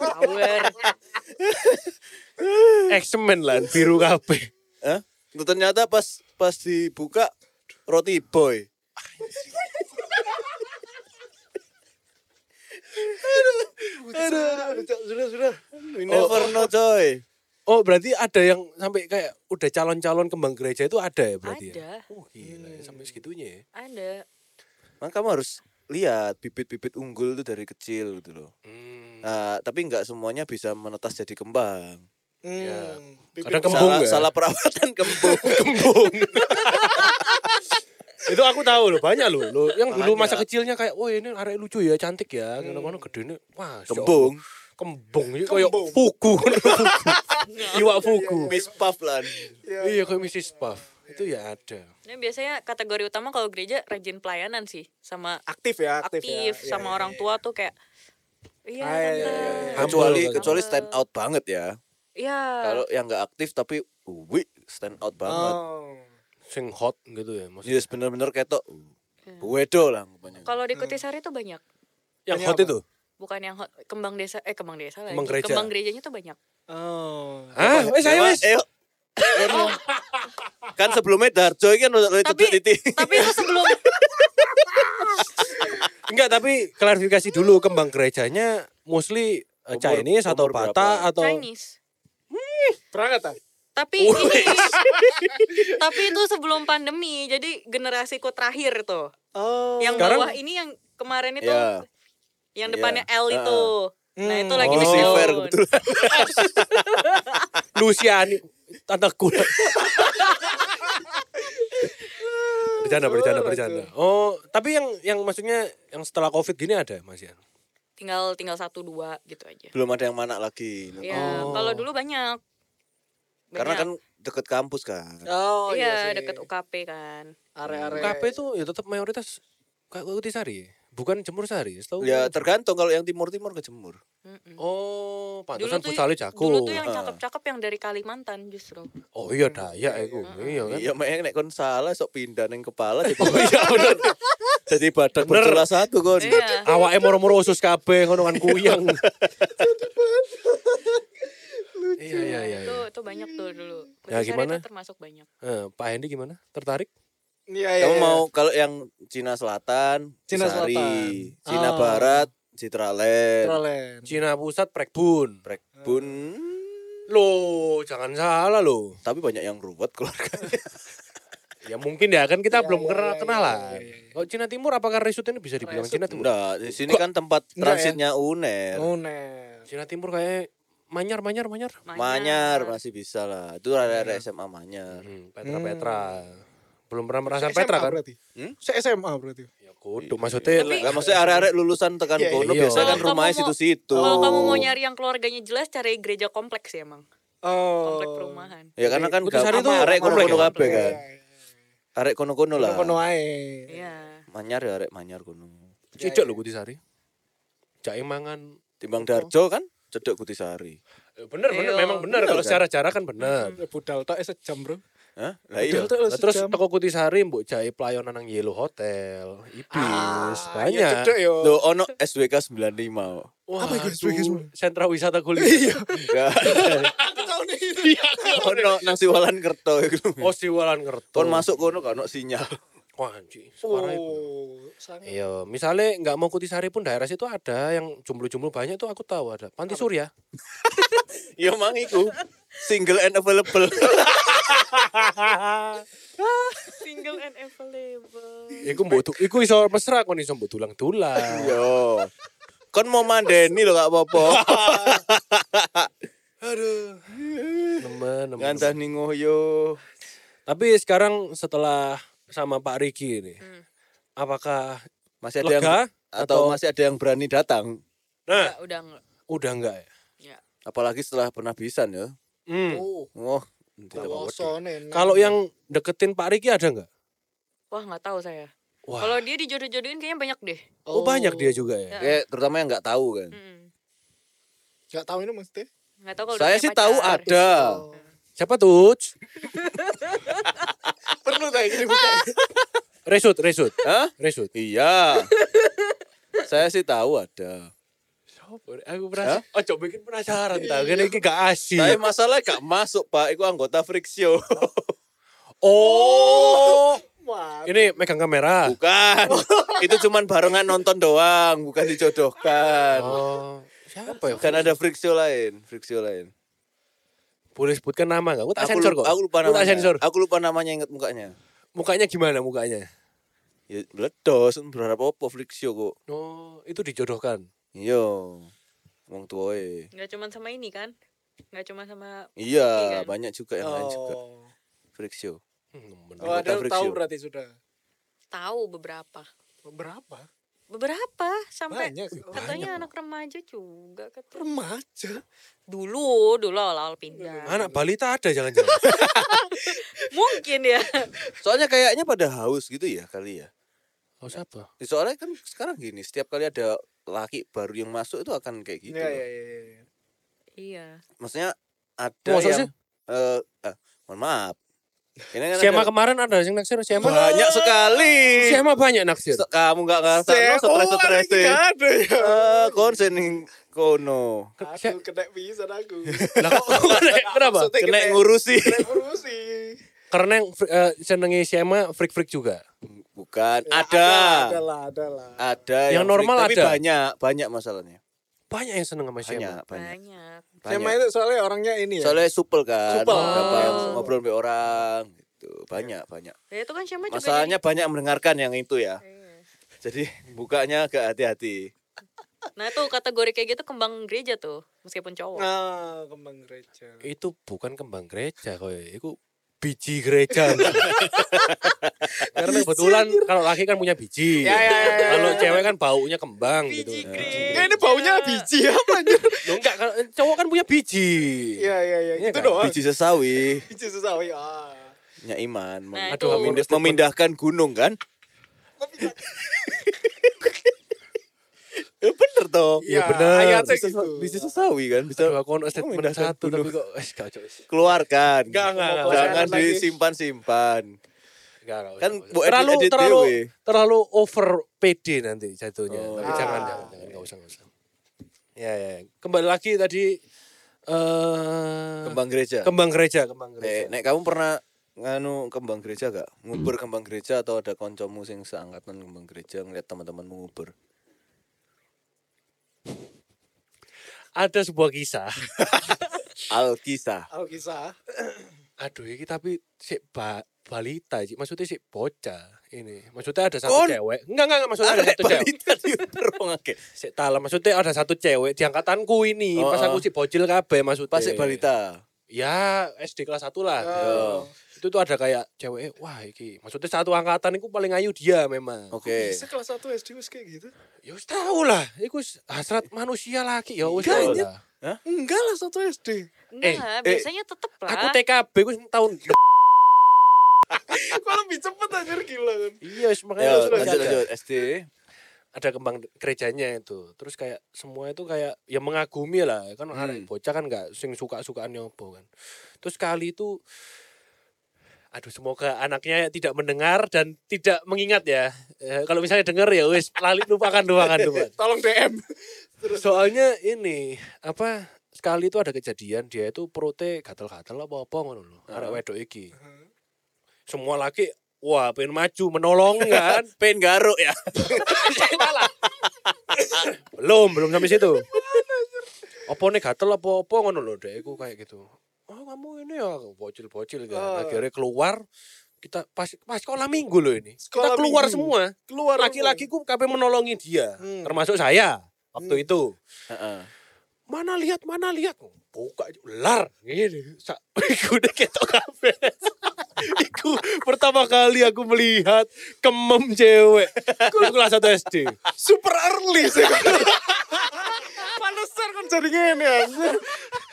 S4: Power.
S1: X-Men lah, biru kabeh.
S2: Hah? Ternyata pas pas dibuka roti boy.
S3: Aduh, Cok, sudah sudah
S2: We never know coy.
S1: Oh berarti ada yang sampai kayak udah calon-calon kembang gereja itu ada ya berarti ya?
S4: Ada.
S1: Oh gila ya, sampai segitunya ya.
S4: Ada.
S2: Maka kamu harus lihat bibit-bibit unggul itu dari kecil gitu loh.
S1: Hmm.
S2: Nah, tapi nggak semuanya bisa menetas jadi kembang.
S3: Hmm.
S1: Kadang
S3: Bibit-
S1: kembung
S2: salah,
S1: ya?
S2: salah perawatan kembung.
S1: Kembung. itu aku tahu loh banyak loh. loh yang dulu masa
S2: Banyak.
S1: kecilnya kayak wah ini arek lucu ya cantik ya. Kalau mana gede ini wah syok.
S2: kembung.
S1: Kembung itu kayak
S3: Kembung.
S1: fuku. Iwak fuku.
S2: Miss Pufflan.
S3: Iya.
S1: Iya kayak Mrs. Puff. Itu ya ada.
S4: Nah, biasanya kategori utama kalau gereja rajin pelayanan sih sama
S3: aktif ya aktif, ya.
S4: aktif,
S3: Iya,
S4: sama
S3: iya,
S4: orang
S3: iya.
S4: tua tuh kayak Iya,
S3: Ah, iya, iya,
S4: tante.
S3: iya, iya.
S2: Kecuali
S1: Humble.
S2: kecuali stand out banget ya.
S4: Iya.
S2: Kalau yang nggak aktif tapi wih stand out banget.
S3: Oh.
S1: sing hot gitu ya maksudnya.
S2: Yes, bener-bener ketok. Wedo lah anggapannya.
S4: Kalau
S3: Hmm.
S4: di Kutisari tuh banyak.
S1: Yang
S3: Ini
S1: hot
S3: apa?
S1: itu?
S4: Bukan yang hot- kembang desa eh kembang desa lagi.
S1: Kembang gereja.
S4: Kembang gerejanya tuh banyak.
S3: Oh.
S1: Ah, wes ayo
S2: Dewa,
S1: wes.
S2: ayo. kan sebelumnya Darjo ini kan untuk
S4: Tapi
S2: cedek titik.
S4: tapi itu sebelum
S1: Enggak, tapi klarifikasi dulu kembang gerejanya mostly eh,
S2: Umur-
S1: Chinese atau
S2: umur berapa?
S1: patah atau
S4: Chinese.
S3: Berangkat ah?
S4: Tapi ini tapi itu sebelum pandemi. Jadi generasiku terakhir tuh.
S3: Oh.
S4: Yang
S1: Sekarang-
S4: bawah ini yang kemarin itu
S2: Ya.
S4: yang depannya
S2: Iya.
S4: L itu. Nah,
S3: Hmm.
S4: itu lagi
S1: Oh.
S2: Lucifer
S4: didaun.
S2: kebetulan.
S1: Luciani anakku. bercanda bercanda bercanda. Oh, tapi yang yang maksudnya yang setelah Covid gini ada Mas Ian?
S4: Tinggal tinggal satu dua gitu aja.
S2: Belum ada yang mana lagi.
S4: Ya, kalau dulu banyak.
S2: Oh. Karena
S4: Banyak.
S2: kan deket kampus kan.
S3: Oh
S4: iya,
S3: sih.
S4: deket UKP kan.
S3: Are-are.
S1: KP itu ya tetap mayoritas kayak Uti Sari, ya? bukan jemur sari, setahu. gue.
S2: Ya tergantung kalau yang timur-timur kejemur.
S4: Mm-mm.
S1: Oh,
S4: Dulu
S1: pantesan
S2: kan
S4: tuh, ya,
S1: futsalnya jago.
S4: dulu tuh yang
S2: Ah.
S4: cakep-cakep yang dari Kalimantan justru.
S1: Oh iya
S2: Hmm.
S1: Dayak iku. Iya kan.
S2: Iya, mek nek kon salah sok pindah ning kepala jadi iya bener. Jadi badan
S1: Bener.
S2: bercula satu kon.
S4: Iya.
S1: Awake moro-moro usus kabeh ngono kan kuyang. Iya iya iya.
S4: Itu, itu banyak tuh dulu.
S1: Ya,
S4: Kutisari
S1: gimana?
S4: Itu termasuk banyak.
S1: Eh, Pak Hendy gimana? Tertarik?
S3: Iya, iya.
S2: Kamu
S3: iya.
S2: mau kalau yang Cina Selatan,
S3: Cina
S2: Sari,
S3: Selatan.
S2: Cina
S3: Ah.
S2: Barat, Citraland,
S3: Tralen.
S1: Cina Pusat Prekbun.
S2: Bun.
S1: Loh, jangan salah loh.
S2: Tapi banyak yang ruwet keluarganya.
S1: Ya mungkin ya kan kita belum
S3: iya,
S1: kenal
S3: iya,
S1: kenalan.
S3: iya, iya,
S1: Kalau Cina Timur apakah Resut ini bisa dibilang Cina Timur?
S2: Enggak, di sini kan tempat
S3: Enggak ya?
S2: transitnya UNER.
S3: Oh, ner.
S1: Cina Timur kayak manyar manyar manyar.
S2: Manyar masih bisa lah. Itu ada-ada SMA Manyar.
S1: Hmm, Petra Petra. Belum pernah merasakan
S3: Se-
S1: Petra
S3: SMA
S1: kan?
S3: berarti.
S2: Hmm?
S3: Se SMA berarti.
S1: Ya kudu maksudnya
S4: Tapi- Oh,
S2: Enggak maksudnya arek-arek lulusan tekan
S3: Iya,
S2: kono
S1: iya.
S2: biasanya kan
S4: Kalau kamu
S2: rumahnya
S4: mau-
S2: situ-situ.
S4: Kalau kamu mau nyari yang keluarganya jelas, cari gereja kompleks ya emang.
S3: Oh.
S4: Komplek perumahan.
S2: Ya karena kan
S1: Putus hari
S2: gak-
S1: tuh
S2: arek
S1: komplek
S2: kono-kono
S1: ya?
S2: kabeh
S3: Iya,
S2: kan.
S3: iya, iya.
S2: Arek kono-kono lah.
S3: Kono ae.
S4: Iya.
S2: Manyar ya arek Manyar kono.
S1: Cicak lho Kutisari. Cak mangan. Eh,
S2: Timbang Darjo kan cedek Kutisari.
S1: Bener bener
S4: Iya.
S1: memang bener kalau secara jarak kan bener.
S3: Ya, Budal tok eh, sejam, Bro.
S2: Hah? Lah iya.
S3: Budal tok eh,
S1: Nah, terus
S3: sejam.
S1: toko Kutisari mbok jahe pelayanan nang Yellow Hotel, Ibis,
S3: Ah, ya
S1: banyak.
S3: cedek yo.
S2: Loh ono SWK 95 kok.
S1: Wah,
S3: Apa itu SWG semua?
S1: sentra wisata kuliner.
S2: Enggak. Ono nang Siwalan Kerto iku.
S1: oh, siwalan ngerti.
S2: Kon masuk kono gak ono sinyal.
S1: Wah, anjir, suara ibu.
S3: Oh, sangat.
S1: Iya, misalnya nggak mau kutisari pun daerah situ ada yang jumlah-jumlah banyak tuh aku tahu ada. Panti Surya.
S2: Ya mang iku. Single and available.
S4: Single and available.
S1: Iku mbok tu- iku iso mesra kon iso mbok tulang-tulang.
S2: Yo. Kon mau mandeni lho gak apa-apa.
S1: Aduh. Nemen, nemen.
S2: Ngandani ngoyo.
S1: Tapi sekarang setelah sama Pak Riki ini, apakah
S2: Masih ada yang
S1: lega
S2: atau masih ada yang berani datang?
S1: nah,
S4: Nggak, Ya, udah enggak.
S1: udah enggak ya?
S4: Ya.
S2: Apalagi setelah penabisan ya.
S1: Hmm.
S3: Oh,
S2: Oh,
S3: Lawasone, enak.
S1: Kalau yang deketin Pak Riki ada enggak?
S4: Wah nggak tahu saya.
S1: Wah.
S4: Kalau dia dijodoh-jodohin kayaknya banyak deh.
S1: Oh, banyak dia juga ya.
S2: Kayak terutama yang nggak tahu kan.
S4: Mm.
S3: Gak tahu ini maksudnya.
S4: Nggak tahu kalau udah
S2: Saya
S4: punya
S2: sih tahu
S4: pacar. gitu.
S2: ada.
S3: Oh.
S4: Oh.
S1: Siapa tuh?
S3: Perlu tak ini bukan.
S1: Resut, resut.
S2: Hah?
S1: Resut.
S2: Iya. Saya sih tahu ada.
S1: Aku penasaran. Oh, coba bikin penasaran ta. Kene iki gak
S2: Tapi
S1: asyik.
S2: masalahnya gak masuk Pak, itu anggota Freak Show.
S1: Oh.
S3: Wah,
S1: Ini megang kamera.
S2: Bukan. itu cuman barengan nonton doang, bukan dijodohkan.
S1: Oh. Siapa ya?
S2: Kan ada Freak Show lain, Freak Show lain.
S1: Boleh sebutkan nama enggak? Aku tak
S2: Aku,
S1: sensor
S2: lupa,
S1: kok.
S2: aku lupa
S1: Aku tak
S2: namanya.
S1: sensor.
S2: Aku lupa namanya inget mukanya.
S1: Mukanya gimana mukanya?
S2: Ya meledos, berharap apa Freak Show kok.
S1: Oh, itu dijodohkan.
S2: Iya. Wong tuae.
S4: Nggak cuma sama ini kan? Nggak cuma sama
S2: Iya,
S4: Iya kan?
S2: banyak juga yang lain juga.
S3: Oh.
S2: Freak Show.
S1: Hmm, bener.
S3: Oh, ada
S2: Anggota Freak
S3: tahu
S2: Show.
S3: berarti sudah.
S4: tahu beberapa.
S3: Berapa?
S4: Beberapa sampai
S3: Banyak sih.
S4: katanya anak remaja juga katanya.
S3: Remaja.
S4: Dulu, dulu awal-awal pindah.
S1: Anak balita ada jangan-jangan.
S4: Mungkin ya.
S2: Soalnya kayaknya pada haus gitu ya kali ya.
S1: Oh, siapa?
S2: Soalnya kan sekarang gini, setiap kali ada laki baru yang masuk itu akan kayak gitu.
S3: Iya,
S2: loh.
S3: iya, iya. iya.
S4: iya.
S2: Maksudnya ada
S1: Masa
S2: yang
S1: sih?
S2: eh eh, mohon maaf. Ini kan
S1: Siapa
S2: ada-
S1: kemarin ada yang naksir siapa?
S2: banyak sekali.
S1: Siapa banyak naksir?
S2: Se- Kamu nggak ngerti no, stres-stres
S3: Oh,
S2: deh.
S3: gak ada ya.
S2: Eh, konsen yang kono.
S3: Aduh, kena bisa aku.
S1: Lah kok kok kena- kenapa?
S3: Maksudnya
S2: Kena
S3: kena-
S2: ngurusi.
S3: Kena ngurusi.
S1: Karena yang fri- eh, senengi siapa freak-freak juga.
S2: Bukan, ada. Ah,
S3: Ada. Ada lah, ada lah.
S2: Ada
S1: Yang normal
S2: tapi
S1: ada.
S2: banyak, banyak masalahnya.
S1: Banyak yang seneng sama siapa.
S2: Banyak, banyak.
S4: Banyak.
S3: Saya
S2: banyak.
S3: itu soalnya orangnya ini ya.
S2: Soalnya supel kan,
S3: Supel.
S2: gampang ngobrol sama orang gitu. Banyak, banyak.
S4: Ya itu kan Syama juga
S2: Masalahnya banyak mendengarkan yang itu ya.
S4: dari- Iya.
S2: Jadi bukanya agak hati-hati.
S4: Nah itu kategori kayak gitu kembang gereja tuh meskipun cowok.
S3: Nah, kembang gereja.
S1: Itu bukan kembang gereja kowe. Itu biji gereja. Karena kebetulan kalau laki kan punya biji.
S3: Ya, ya, ya, ya.
S1: Kalau cewek kan baunya kembang
S4: Biji
S1: gitu.
S4: gereja.
S3: Eh, ini baunya biji apa anjir?
S1: Loh, enggak, kalau cowok kan punya biji.
S3: Iya, iya, iya.
S1: Iya
S3: Itu
S1: kan?
S3: doang.
S2: Biji sesawi,
S3: Biji sesawi. Ah.
S2: nya iman. Mem-
S1: Aduh,
S4: Nah, itu.
S1: amin.
S2: memindah- memindahkan gunung kan? ya bener toh.
S1: Iya, bener.
S3: Ayatnya
S2: Bisa,
S3: gitu.
S2: bisa sesawi kan, bisa
S1: Aduh, aku ono statement
S2: memindahkan
S1: satu tapi
S2: gunung.
S1: kok eh gak cocok.
S2: keluarkan.
S1: Enggak, enggak, enggak.
S2: Jangan
S3: Jangan lagi.
S2: disimpan-simpan.
S1: Enggak, enggak usah,
S2: Kan
S1: enggak usah.
S2: buat
S1: terlalu
S2: edit-edit
S1: terlalu
S2: dewe.
S1: terlalu over PD nanti jatuhnya.
S2: Oh,
S1: Tapi
S2: iya.
S1: jangan
S3: Ah.
S1: jangan jangan enggak usah enggak usah. Ya, ya. Kembali lagi tadi eh
S2: Kembang Eh. gereja.
S1: kembang gereja, kembang
S2: Nek,
S1: gereja.
S2: nek kamu pernah nganu kembang gereja gak? Ngubur kembang gereja atau ada koncomu sing seangkatan kembang gereja ngeliat teman-teman ngubur?
S1: Ada sebuah kisah.
S2: Alkisah.
S3: Alkisah.
S1: Aduh, ini tapi si ba balita, Ci. maksudnya si bocah ini. Maksudnya ada satu
S2: Kon-
S1: cewek. Enggak, enggak, enggak, maksudnya ada
S2: Arek
S1: satu cewek.
S2: balita di terong akeh.
S1: Sik talam, maksudnya ada satu cewek di angkatanku ini,
S2: Oh,
S1: pas aku
S2: oh.
S1: si bocil kabeh maksudnya.
S2: Pas sik balita.
S1: Ya, SD kelas 1 lah.
S3: Oh.
S1: Itu tuh ada kayak cewek, wah iki. Maksudnya satu angkatan itu paling ayu dia memang.
S2: Oke.
S3: Bisa kelas 1 SD wis kayak gitu?
S1: Ya wis tau lah, iku s- hasrat manusia laki ya wis
S3: Enggak,
S1: tau
S3: anjir.
S1: lah.
S3: Enggak lah 1 SD.
S4: Enggak,
S1: eh,
S4: lah,
S1: eh,
S4: biasanya tetep lah.
S1: Aku TKB wis tahun
S3: Kok lebih cepet anjir gila kan.
S1: Iya, wis makanya
S2: Ya,
S1: wis
S2: lanjut
S1: jaga.
S2: lanjut SD.
S1: ada kembang gerejanya itu. Terus kayak semua itu kayak ya mengagumi lah. Kan arek bocah kan nggak sing suka-sukaan nyobo kan. Terus kali itu aduh semoga anaknya tidak mendengar dan tidak mengingat ya. Eh, kalau misalnya dengar ya wis lali lupakan lupakan lupakan.
S3: Tolong DM.
S1: Soalnya ini apa sekali itu ada kejadian dia itu perutnya gatel-gatel apa apa ngono lho. Arek wedok iki. Semua laki wah pengen maju menolong kan.
S2: Pengen garuk ya.
S1: belum belum sampai situ apa nih gatel apa apa ngono loh deh aku kayak gitu oh kamu ini ya bocil bocil kan
S3: Ah.
S1: akhirnya keluar kita pas pas sekolah minggu loh ini
S3: Sekolah
S1: kita keluar
S3: minggu.
S1: semua
S3: Keluar.
S1: laki-lakiku kabeh menolongi dia
S3: Hmm.
S1: termasuk saya waktu itu
S2: Heeh.
S1: mana lihat mana lihat buka aja, ular gini Sa- iku udah ketok kabeh iku pertama kali aku melihat kemem cewek Iku kelas satu SD
S3: super early sih. Pantesan kan jadi ngene anjir.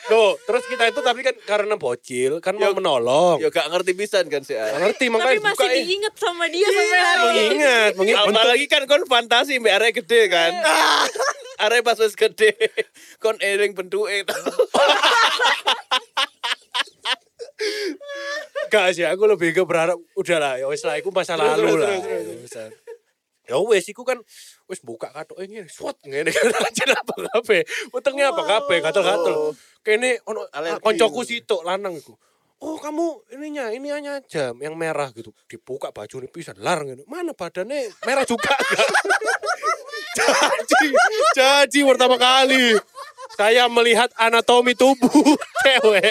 S1: Tuh, terus kita itu tapi kan karena bocil kan mau
S2: Yo-
S1: menolong.
S2: Ya gak ngerti pisan kan sih.
S1: Nggak ngerti
S4: Tapi
S1: makanya eh.
S4: masih
S1: bukain.
S4: diinget sama dia sampai hari
S3: iya.
S4: ini.
S1: Mengingat, mengingat bentuk
S2: Apalagi kan kon fantasi mbak arek gede kan.
S3: Iya.
S2: arek pas wis gede kon eling bentuke to.
S1: gak sih aku lebih ke berharap udahlah ya wis lah iku masa lalu
S3: terus,
S1: lah.
S3: terus, terus,
S1: Ya wis lah. Ya wis iku kan wis buka katok ini swat ngene kan aja apa kabeh. Utengnya apa kabeh gatel-gatel. Kene ono
S2: Alergi.
S1: koncoku sitok lanang iku. Oh kamu ininya ini hanya jam yang merah gitu dibuka baju ini pisan lar gitu. mana badannya merah juga jadi jadi pertama kali saya melihat anatomi tubuh cewek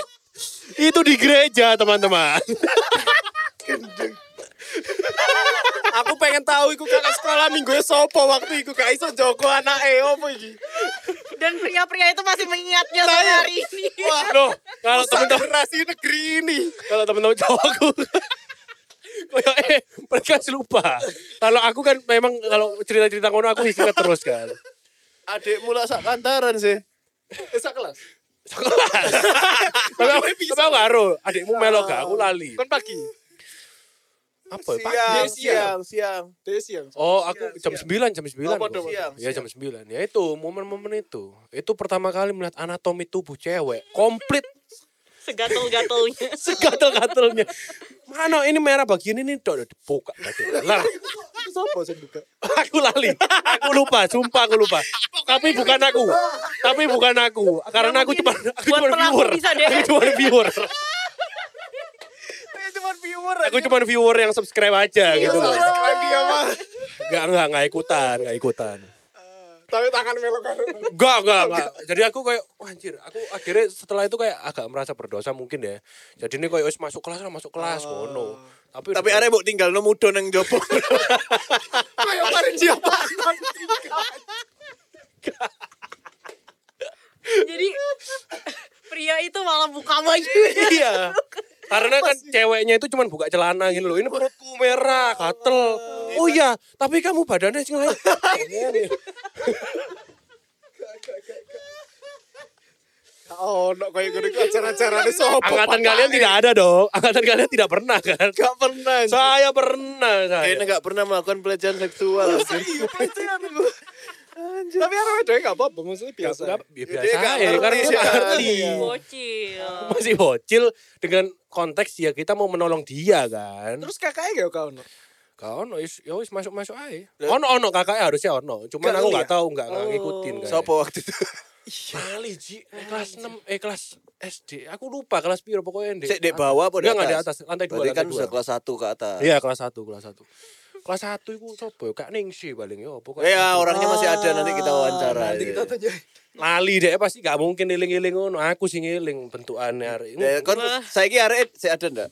S1: itu di gereja teman-teman
S3: Aku pengen tahu iku kakak sekolah minggu sopo waktu iku gak iso jogo anake opo iki.
S4: Dan pria-pria itu masih mengingatnya sampai hari ini.
S1: loh kalau teman-teman
S3: generasi negeri ini.
S1: kalau teman-teman cowokku kayak eh mereka sih lupa kalau aku kan memang kalau cerita-cerita ngono aku ingat terus kan
S2: Adik mula sak kantaran sih.
S3: Esa Eh, kelas.
S1: sekolah tapi aku tapi aku karo adikmu melo gak aku lali
S3: Kan pagi.
S1: apa ya, Pak?
S2: Iya, Siang,
S3: Siang,
S2: siang, siang.
S3: Dari siang.
S1: Oh, aku jam 9, jam 9.
S2: Oh, pada
S1: kok.
S2: siang,
S1: ya jam 9. Ya itu momen-momen itu. Itu pertama kali melihat anatomi tubuh cewek komplit.
S4: segatel-gatelnya
S1: Segatel-gatelnya. Mano ini merah bagian ini dok dok, dibuka. Lah,
S3: Sopo sing buka?
S1: aku lali. Aku lupa, sumpah aku lupa. Tapi bukan aku. Tapi bukan aku. Karena aku cuma aku
S4: Buat
S1: cuma
S4: pelaku
S1: viewer.
S4: bisa deh.
S1: Aku cuma viewer.
S3: Ini cuma viewer. ya?
S1: Aku cuma viewer yang subscribe aja
S3: Iya,
S1: gitu loh.
S3: Subscribe dia mah.
S1: Enggak enggak enggak ikutan, enggak ikutan.
S3: Tapi tangan melok kan.
S1: Enggak, enggak, enggak. Jadi aku kayak, wah anjir, aku akhirnya setelah itu kayak agak merasa berdosa mungkin ya. Jadi ini kayak wis masuk kelas lah, masuk kelas, ngono. Tapi
S2: Tapi arek mbok tinggal no mudo nang jopo.
S3: Kayak kemarin siapa?
S4: jadi pria itu malah
S3: Oh,
S4: buka baju
S1: iya. Karena kan ceweknya itu cuma buka celana gitu loh. Ini perutku merah, gatel. Oh iya, tapi kamu badannya sing lain.
S3: Oh, no kayak gini acara-acara ini sopo.
S1: Angkatan kalian tidak ada dong. Angkatan kalian tidak pernah kan?
S2: Gak pernah. anjing.
S1: Saya pernah
S2: Kayaknya
S1: saya.
S2: gak pernah melakukan pelecehan
S3: Iya,
S2: seksual. anjing.
S3: Tapi arah wedoknya gak apa-apa, maksudnya biasa.
S1: Enggak, ya biasa
S2: Dia
S1: ya,
S2: nggak ngerti
S1: karena
S2: sih,
S1: dia nggak ngerti.
S3: Iya.
S4: bocil
S1: Masih bocil dengan konteks ya kita mau menolong dia kan.
S3: Terus kakaknya gak kau no?
S1: Kau ono is, ya wis masuk masuk aja. Ono ono kakaknya harusnya ono. Cuman
S2: Nggak
S1: aku
S2: ngeli
S1: nggak
S2: ya?
S1: tahu nggak nggak ngikutin kan.
S2: Oh. Sopo waktu itu?
S1: Kali ji eh, kelas 6 eh kelas SD. Aku lupa kelas piro pokoknya Dek.
S2: Cek dek bawah apa
S1: Enggak enggak di atas lantai dua
S2: Berarti
S1: lantai
S2: kan
S1: dua.
S2: sudah kelas 1 ke atas.
S1: Iya kelas 1 kelas 1. Kelas 1 iku sapa ya? Kak Ningsi paling ya apa Kak
S2: Ya
S1: Ningsi.
S2: orangnya masih ada nanti kita
S1: Ah,
S2: wawancara.
S3: Nanti
S2: ya.
S3: kita tanya.
S1: Lali dek pasti gak mungkin ngiling-ngiling ngono. Aku sing ngiling bentukane arek.
S2: Ya, kon saiki arek saya ada ndak?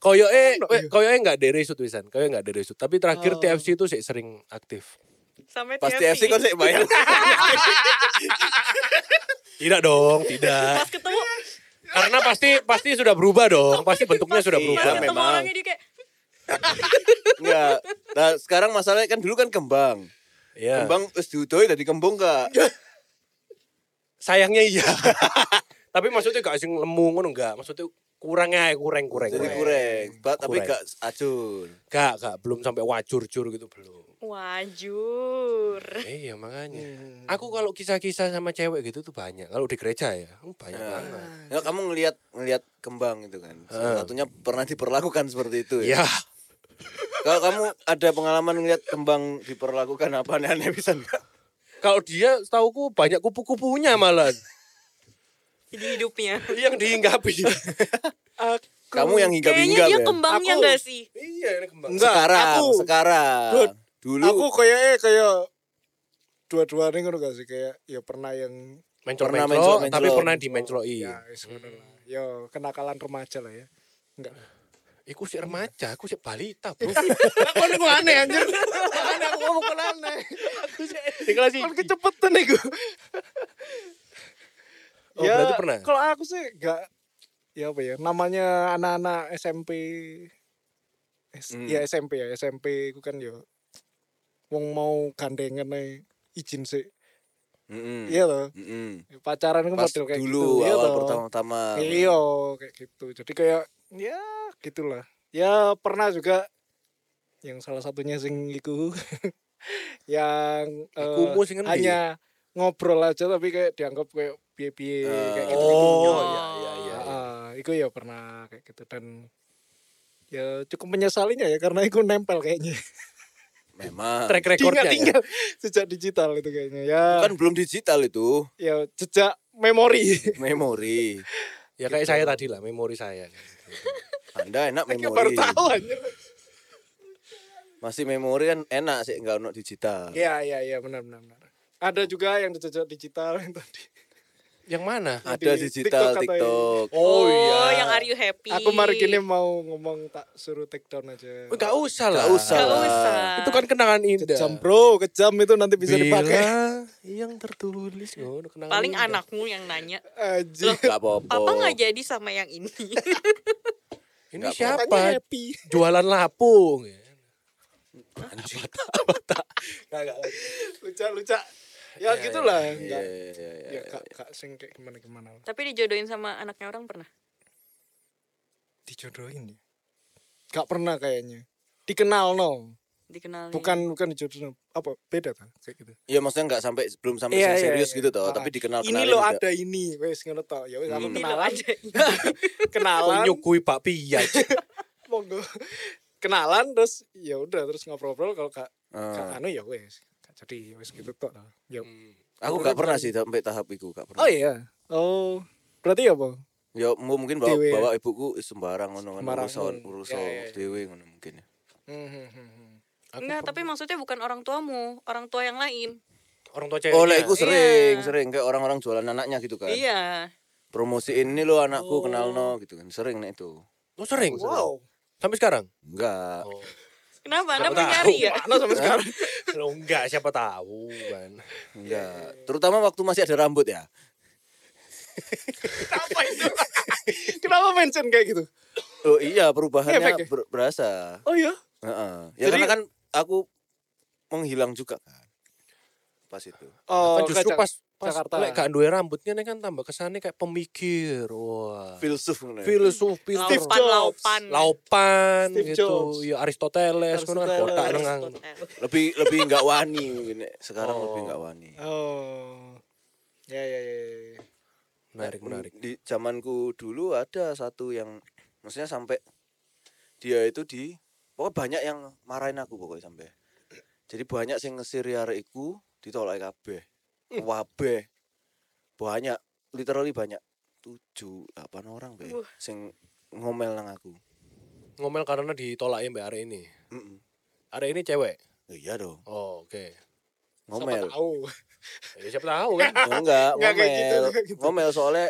S1: Koyoke we- koyoke enggak deresut wisan. Koyoke enggak deresut. Tapi
S4: Oh.
S1: terakhir TFC itu sih sering aktif.
S4: sampai
S2: Pasti kan? FC kon sik
S1: Iya.
S2: bayang.
S1: Tidak dong, tidak.
S4: pas ketemu
S1: Karena pasti pasti sudah berubah dong. Pasti bentuknya sudah
S2: Iya,
S4: pas
S1: berubah.
S4: ketemu
S2: memang.
S4: orangnya dia kayak
S2: Enggak. Nah, sekarang masalahnya kan dulu kan kembang.
S1: Iya.
S2: Kembang wis diudohi dadi kembung gak?
S1: Sayangnya iya. Tapi maksudnya gak sing lemu ngono enggak. Maksudnya kurang ae, kurang kurang.
S2: Jadi
S1: kurang.
S2: kurang, Ba- tapi
S1: Kurang.
S2: gak acur.
S1: Gak, gak, belum sampai wacur-cur gitu belum.
S4: wajur
S1: Iya makanya. Aku kalau kisah-kisah sama cewek gitu tuh banyak. Kalau di gereja ya, oh, banyak banget.
S2: Ya, kamu ngelihat ngelihat kembang itu kan. Salah satunya pernah diperlakukan seperti itu
S1: Ya,
S2: ya. Kalau kamu ada pengalaman ngelihat kembang diperlakukan apa aneh-aneh bisa enggak?
S1: kalau dia setauku banyak kupu-kupunya malah
S4: jadi hidupnya
S1: yang dihinggapi.
S2: Kamu yang
S4: kayaknya
S2: hinggap-hinggap
S4: dia
S2: ya.
S4: kembangnya
S3: Aku-
S4: nggak sih
S1: iya, ini kembang.
S3: Enggak,
S2: sekarang,
S3: aku.
S2: sekarang.
S3: Dut,
S2: Dulu
S3: Aku kayaknya kayak dua-duanya ngono gak sih kayak ya pernah yang
S2: Pernah
S1: Mencol-mencol,
S2: mencol-mencol.
S1: tapi pernah dimencloi.
S3: ya wis ngono lah. Yo kenakalan remaja lah ya. Enggak.
S1: Iku sih remaja, aku sih balita, bro. Aku ini gua aneh anjir.
S3: Makanya aku ngomong kan aneh.
S1: Di kelas
S3: Kan
S1: iki.
S3: kecepetan nih gue.
S1: Oh, berarti pernah?
S3: Kalau aku sih enggak ya apa ya namanya anak-anak SMP S-
S2: Hmm.
S3: ya SMP ya SMP ku kan yo wong mau gandengan ae izin sih.
S2: Mm-mm.
S3: Iya loh.
S2: Mm-mm.
S3: Pacaran kan
S2: Hmm. Pas
S3: model kayak
S2: dulu
S3: gitu. iya
S2: awal
S3: toh.
S2: pertama-tama.
S3: Iya, kayak gitu. Jadi kayak ya gitulah. Ya pernah juga yang salah satunya sing iku yang eh,
S1: Iku mu sing ngendi?
S3: hanya ngobrol aja tapi kayak dianggap kayak piye-piye kayak gitu.
S1: Oh, iya iya iya.
S3: iku ya pernah kayak gitu dan ya cukup menyesalinya ya karena iku nempel kayaknya.
S2: Memang.
S1: Track
S3: Tinggal,
S1: recordnya ya.
S3: tinggal sejak digital itu kayaknya. Ya,
S2: Kan belum digital itu,
S3: ya jejak memori.
S2: memori.
S1: Ya kayak saya tadi lah, memori saya.
S2: Anda enak
S3: Kayak baru
S2: memori.
S3: tahu aja.
S2: Masih memori kan enak sih enggak ono digital.
S3: Iya iya iya benar benar benar. Ada juga yang jejak digital yang tadi.
S1: Yang mana?
S2: Ada
S3: Di
S2: digital
S3: TikTok katanya.
S2: TikTok.
S1: Oh,
S4: yang are you happy
S3: Aku mari gini mau ngomong tak suruh take down aja. Iya.
S1: Enggak usah lah.
S2: Enggak usah.
S4: Gak
S2: lah.
S4: usah
S1: Itu kan kenangan indah.
S3: Kejam bro, kejam itu nanti bisa dipakai.
S1: Bila yang tertulis ngono kenangan.
S4: paling
S1: indah.
S4: anakmu yang nanya
S3: Aji.
S2: Enggak apa-apa.
S4: papa nggak jadi sama yang ini
S1: Ini
S2: Nggak
S1: siapa?
S3: Katanya happy.
S1: Jualan lapung.
S2: Anjing.
S3: Lucak-lucak. Ya, gitulah.
S2: Iya,
S3: Enggak.
S2: iya, iya, iya.
S3: Ya kak, kak sing kayak gimana-gimana. lah.
S4: tapi dijodohin sama anaknya orang pernah
S3: Dijodohin ya? Gak pernah kayaknya. Dikenal no.
S4: dikenalin.
S3: Bukan bukan dijodohin apa beda tuh kayak gitu.
S2: Iya maksudnya nggak sampai belum sampai
S3: Iya,
S2: yang
S3: iya,
S2: serius
S3: iya.
S2: gitu toh,
S3: Ah,
S2: tapi dikenal
S3: ini lo ada ini, wes ngono toh. Ya wes aku
S2: Hmm.
S4: ini loh
S3: kenalan,
S4: aja.
S1: Kok
S3: kenalan,
S1: nyukui Pak Piyai?
S3: monggo. kenalan terus ya udah terus ngobrol-ngobrol kalau kak
S2: Ah.
S3: kak anu ya wes. Gak Jadi wes gitu toh. toh. Ya.
S2: aku nggak pernah sih sampai tahap itu nggak pernah.
S3: Oh iya. Oh, berarti apa?
S2: Ya mu- mungkin bawa,
S3: Dewe ya.
S2: bawa ibuku is sembarang ngono ngono
S3: Sembarang,
S2: urusan
S3: hmm.
S2: urusan
S3: Ya, ya, ya.
S2: dewe ngono mungkin. ya. hmm.
S1: Aku
S4: Enggak,
S1: per-
S4: tapi maksudnya bukan orang tuamu, orang tua yang lain.
S1: orang tua cewek.
S2: Oh lah, aku
S4: Iya.
S2: sering sering kayak orang-orang jualan anaknya gitu kan.
S4: Iya.
S2: Promosi ini lo
S3: Oh.
S2: anakku kenal no gitu kan sering nih itu.
S1: Oh sering. Sampai sekarang?
S2: Enggak.
S1: Siapa
S4: Kenapa? Anda
S1: tahu?
S4: mencari ya?
S3: Mana sampai sekarang?
S1: Lo enggak siapa tahu kan.
S2: Enggak. Terutama waktu masih ada rambut ya.
S3: Apa itu? Kenapa mention kayak gitu?
S2: Oh iya perubahannya
S3: Efek ya?
S2: ber- berasa.
S3: Oh iya.
S2: Heeh. Ya
S3: Jadi-
S2: karena kan aku menghilang juga kan. Pas itu.
S1: kan
S3: Oh,
S1: justru
S3: kacang.
S1: pas pas
S3: Jakarta.
S1: lek gak duwe rambutnya nih kan tambah kesannya kayak pemikir. Wah.
S2: Filsuf ngono. ya.
S1: Filsuf, pinter.
S4: Laupan,
S3: Jobs.
S4: laupan.
S1: Laupan
S3: Steve
S1: gitu.
S3: Jobs.
S1: Ya Aristoteles, ngono kan
S3: Aristoteles.
S1: botak nengang.
S4: Aristoteles.
S2: Lebih lebih enggak wani mungkin. Nek. Sekarang
S1: Oh.
S2: lebih enggak wani.
S3: Oh. Ya ya ya. ya.
S1: Menarik, menarik.
S2: Hmm, Di zamanku dulu ada satu yang maksudnya sampai dia itu di pokoknya banyak yang marahin aku pokoknya sampai. Jadi banyak sing ngesir arek iku ditolak kabeh. Wabeh. Banyak, literally banyak. 7 8 orang be
S4: Wah.
S2: sing ngomel nang aku.
S1: Ngomel karena ditolak ya Mbak Are ini.
S2: Mm-mm.
S1: Are ini cewek.
S2: Eh, Iya dong,
S1: Oh, oke.
S2: ngomel.
S3: Siapa tahu.
S1: Ya, siapa tahu kan.
S2: Ya enggak,
S3: Enggak kayak gitu,
S2: ngomel.
S3: enggak gitu.
S2: Ngomel soalnya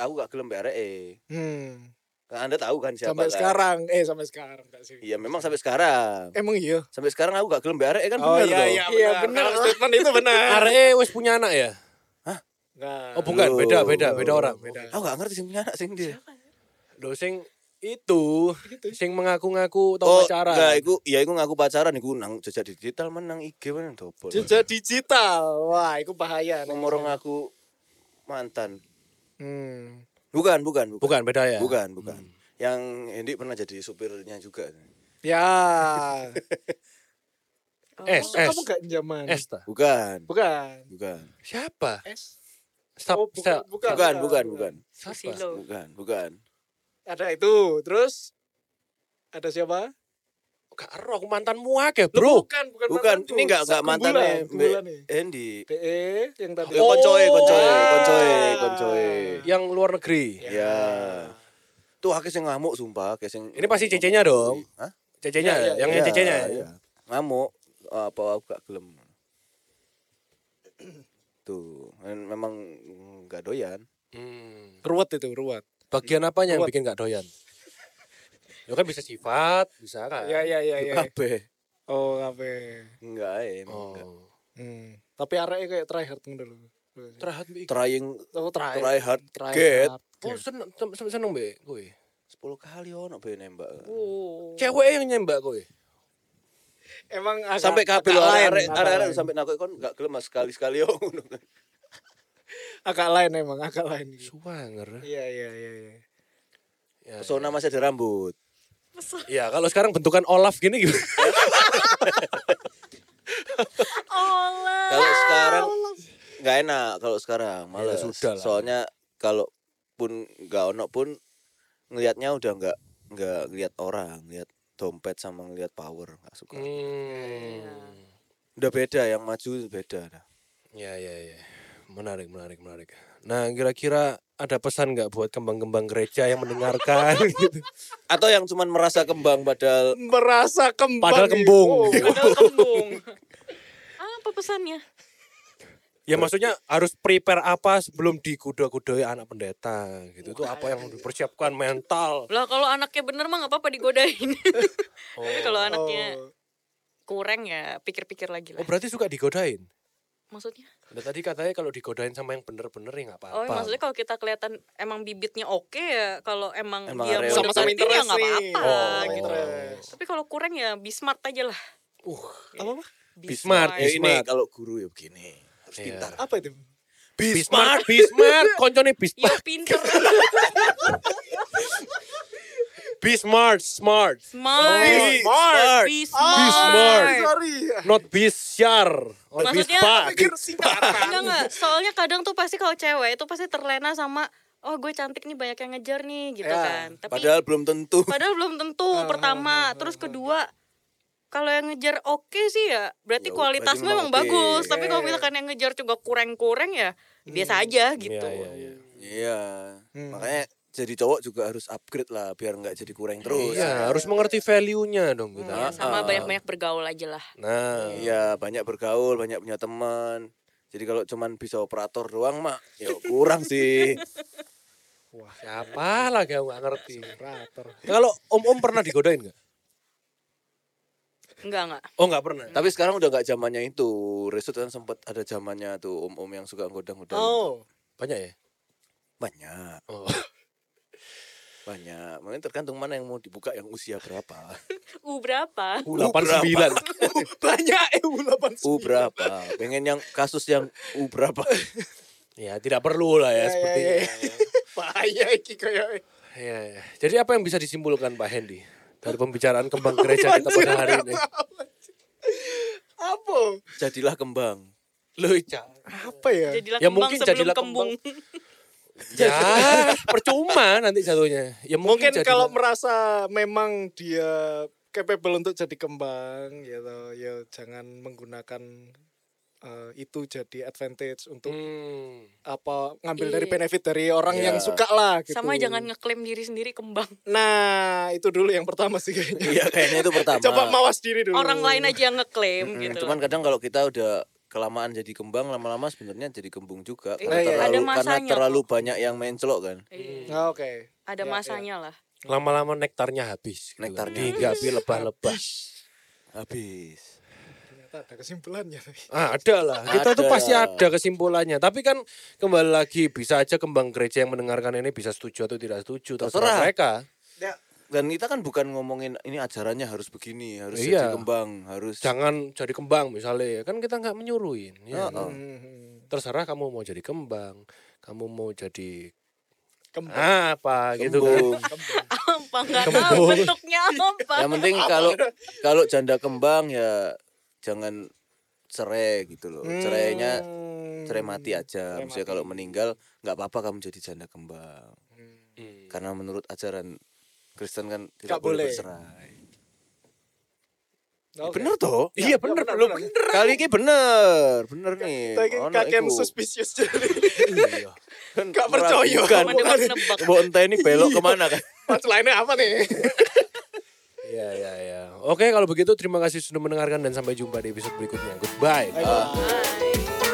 S2: aku gak gelem be areke.
S3: Hmm.
S2: Anda tahu kan siapa
S3: Sampai
S2: kan?
S3: sekarang, eh sampai sekarang enggak sih?
S2: Iya, memang sampai sekarang.
S3: Emang iya.
S2: sampai sekarang aku gak gelem BRE kan
S3: Oh
S2: bener toh.
S3: iya iya benar. Iya benar.
S1: Kalau
S3: Statement itu benar.
S1: Are wis punya anak ya?
S3: Nah.
S1: Oh, bukan, beda, beda,
S2: Belum,
S1: beda orang.
S3: beda.
S2: aku gak ngerti sih punya anak sing dia
S1: Lho sing itu sing mengaku-ngaku tau
S2: oh
S1: pacaran.
S2: enggak iku ya iku ngaku pacaran iku nang jejak digital menang IG menang double
S3: Jejak digital. Wah, itu bahaya. nih.
S2: nomor ngaku mantan
S3: Hmm.
S2: bukan bukan bukan
S1: Bukan beda ya?
S2: bukan, bukan. yang Hendy pernah jadi supirnya juga
S3: Ya.
S1: S
S3: Masa
S1: S
S3: Kamu gak nyaman.
S1: S ta.
S2: bukan
S3: Bukan.
S2: bukan
S1: Siapa?
S3: S.
S1: Stop.
S3: Oh, bukan,
S1: stop.
S3: bukan,
S2: bukan bukan bukan
S1: Siapa?
S4: Susilo.
S2: bukan bukan
S3: Ada itu. Terus ada siapa?
S1: Gak ero aku mantanmu akeh,
S3: Lu
S1: Bro.
S3: bukan, bukan,
S2: bukan
S3: mantanku.
S2: ini enggak enggak mantannya
S3: Kumpulan, kumpulan nih.
S2: Hendy
S3: DE yang tadi. Oh.
S2: Eh, koncoe koncoe
S3: Ah.
S2: koncoe koncoe
S1: Yang luar negeri.
S2: ya tuh aku sing ngamuk sumpah aku sing
S1: Ini pasti cecenya dong.
S2: Hah?
S1: Cecenya,
S3: Iya, iya,
S1: yang
S2: Iya,
S1: cecenya.
S2: iya. Ngamuk Oh, apa aku gak gelem. Tuh, men- memang gak doyan.
S1: Hmm.
S3: Ruwet itu, ruwet.
S1: Bagian apanya yang
S3: Kuat.
S1: bikin gak doyan? Ya kan bisa sifat, bisa kan.
S3: Ya ya ya ya.
S2: Kabeh.
S3: Oh, apa?
S2: Enggak eh. emang enggak.
S1: Oh.
S3: Hmm. Tapi arahnya kayak tryhard gitu ngono dulu.
S1: Terahat bi.
S2: Trying
S3: Aku try.
S2: try hard
S3: try
S2: get.
S3: hard.
S1: Oh, seneng seneng seneng be kowe.
S2: 10 kali ono be nembak.
S1: Oh. Cewek yang nembak kowe.
S3: Emang agak,
S2: Sampai kabeh
S3: agak
S2: lho
S3: lain,
S2: arek
S3: agak
S2: arek
S3: lain.
S2: sampai nakok kon gak gelem mas sekali-sekali yo ngono.
S3: agak lain emang, agak lain.
S1: Suwanger.
S3: Iya iya iya iya.
S1: Ya,
S2: Pesona masih ada rambut.
S1: Ya kalau sekarang bentukan Olaf gini gimana?
S4: Olah.
S2: Kalau
S1: Ah,
S2: sekarang nggak enak kalau sekarang malah
S1: Ya, sudah lah.
S2: Soalnya kalau pun nggak ono pun ngelihatnya udah nggak nggak ngelihat orang, ngelihat dompet sama ngelihat power nggak suka.
S1: Hmm.
S2: Udah beda yang maju beda. dah.
S1: Ya ya ya. Menarik menarik menarik. Nah kira-kira ada pesan nggak buat kembang-kembang gereja yang mendengarkan? gitu?
S2: Atau yang cuman merasa kembang padahal
S3: Merasa kembang.
S1: Padahal
S3: nih.
S1: kembung.
S3: Oh,
S4: Padahal kembung. Apa pesannya?
S1: Ya maksudnya harus prepare apa sebelum dikuda-kudai anak pendeta gitu. Itu apa yang harus dipersiapkan mental.
S4: Lah kalau anaknya bener mah nggak apa-apa digodain. Tapi kalau anaknya
S3: oh.
S4: kurang ya pikir-pikir lagi
S1: Oh
S4: lah.
S1: berarti suka digodain?
S4: Maksudnya?
S1: Nah, tadi katanya kalau digodain sama yang bener-bener ya nggak apa-apa.
S4: Oh, maksudnya kalau kita kelihatan emang bibitnya oke ya, kalau emang,
S2: Emang
S4: dia
S2: area-
S4: mau
S3: Sama-sama
S4: deketin ya
S3: interest
S4: nggak
S3: nih.
S4: apa-apa
S1: Oh.
S4: gitu.
S3: Interest.
S4: Tapi kalau kurang ya bismart aja lah.
S1: Uh,
S3: Apa apa?
S1: Bismart,
S2: ya ini
S1: Bismart.
S2: kalau guru ya begini harus
S1: Iya.
S2: pintar.
S3: Apa itu?
S1: Bismart,
S4: Iya.
S1: Bismart, koncone
S4: Ya
S1: Bismart,
S4: pinter.
S1: Be smart, smart.
S4: Smart.
S1: Be smart.
S4: Be
S1: Be
S4: smart.
S1: smart. Not Oh, be syar. Or be
S4: Maksudnya-
S1: spa.
S4: Enggak enggak, soalnya kadang tuh pasti kalau cewek itu pasti terlena sama oh gue cantik nih banyak yang ngejar nih gitu
S3: Ya,
S4: kan. Tapi
S2: Padahal belum tentu.
S4: padahal belum tentu pertama, terus kedua kalau yang ngejar oke sih ya, berarti
S2: Ya, berarti
S4: kualitasmu memang
S2: memang oke.
S4: bagus. Tapi kalau
S3: Oke.
S4: misalkan yang ngejar juga kurang-kurang ya biasa aja gitu.
S1: Iya, iya, iya.
S2: Iya.
S3: Hmm.
S2: Makanya jadi cowok juga harus upgrade lah biar nggak jadi kurang terus.
S1: Iya,
S2: Ah,
S1: harus mengerti value-nya dong kita.
S4: Ya, sama banyak-banyak bergaul aja lah.
S1: Nah,
S2: Iya, banyak bergaul, banyak punya teman. Jadi kalau cuman bisa operator doang mak, ya kurang sih.
S1: siapa lah gak nggak ngerti.
S3: Operator.
S1: Kalau om-om pernah digodain nggak?
S4: Enggak enggak.
S1: Oh nggak pernah.
S2: Tapi sekarang udah nggak zamannya itu. Resut kan sempet ada zamannya tuh om-om yang suka godang-godang.
S3: Oh.
S1: Banyak ya?
S2: Banyak,
S1: Oh.
S2: banyak. Mungkin tergantung mana yang mau dibuka, yang usia berapa.
S4: U berapa?
S1: Uh, 89.
S3: Banyak eh 89.
S2: U berapa? Pengen yang kasus yang U berapa?
S1: ya tidak perlu lah ya,
S3: Ya, ya,
S1: seperti
S3: ya, ya. Bahaya iki koyo.
S1: Ya, ya. Jadi apa yang bisa disimpulkan Pak Hendy dari pembicaraan kembang gereja kita pada hari ini?
S3: Apa?
S2: Jadilah kembang.
S1: Lucu.
S3: Apa ya?
S4: Jadilah
S1: Ya,
S4: kembang
S1: mungkin
S4: sebelum
S1: jadilah
S4: kembung.
S1: Ya, percuma nanti jatuhnya. Ya
S3: Mungkin
S1: mungkin, jadi-
S3: kalau merasa memang dia capable untuk jadi kembang gitu, ya jangan menggunakan eh, itu jadi advantage untuk
S1: Hmm.
S3: apa ngambil dari
S4: Iya.
S3: benefit dari orang
S2: Iya.
S3: yang suka lah gitu.
S4: Sama jangan ngeklaim diri sendiri kembang.
S3: Nah, itu dulu yang pertama sih kayaknya.
S2: Iya kayaknya itu pertama.
S3: Coba mawas diri dulu.
S4: Orang lain aja yang ngeklaim
S2: Mm,
S4: gitu.
S2: Cuman kadang kalau kita udah kelamaan jadi kembang lama-lama sebenarnya jadi kembung juga karena
S3: Nah, iya.
S2: terlalu,
S4: Ada
S2: karena
S4: masanya
S2: terlalu banyak yang mencelok kan.
S4: Iya.
S3: Nah, Oke.
S4: Ada
S3: Ya,
S4: masanya lah.
S1: Lama-lama nektarnya habis.
S2: Nektarnya
S1: Hingga lebah-lebah.
S2: Habis.
S3: Ternyata ada kesimpulannya.
S1: Ah, ada lah. Kita tuh
S2: Ada.
S1: pasti ada kesimpulannya. Tapi kan kembali lagi bisa aja kembang gereja yang mendengarkan ini bisa setuju atau tidak setuju.
S2: Terserah.
S1: Terserah mereka.
S2: Dan kita kan bukan ngomongin ini ajarannya harus begini, harus
S1: Iya.
S2: jadi kembang, harus
S1: Jangan jadi kembang misalnya. Kan kita nggak menyuruhin. Ya.
S2: Heeh.
S3: Hmm,
S1: Terserah kamu mau jadi kembang. Kamu mau jadi
S3: Kembang.
S1: apa gitu kan.
S2: kembung.
S4: Apa nggak tahu
S1: Kembung.
S4: bentuknya apa.
S2: Yang penting kalau kalau janda kembang ya jangan cerai gitu loh. Cerainya cerai mati aja.
S3: Hmm. Cerai
S2: Maksudnya
S3: mati.
S2: kalau meninggal nggak apa-apa kamu jadi janda kembang.
S1: Hmm.
S2: Karena menurut ajaran Kristen kan tidak
S3: Nggak
S2: boleh
S3: boleh.
S2: bercerai.
S3: Oke.
S2: Bener Nah, toh?
S1: Iya bener,
S3: bener,
S1: belum
S3: bener.
S1: bener.
S2: Kali ini bener, bener nih.
S3: Tapi
S2: Ono
S3: kakek
S2: iku.
S3: suspicious jadi
S1: Iya.
S2: Kan
S3: gak percaya.
S2: meragukan.
S4: Cuma nebak nebak.
S2: Mbok entah ini belok kemana kan?
S3: Pas lainnya apa nih?
S1: Iya, iya, iya. Oke, kalau begitu terima kasih sudah mendengarkan dan sampai jumpa di episode berikutnya. Goodbye.
S3: Ayo.
S4: Hai.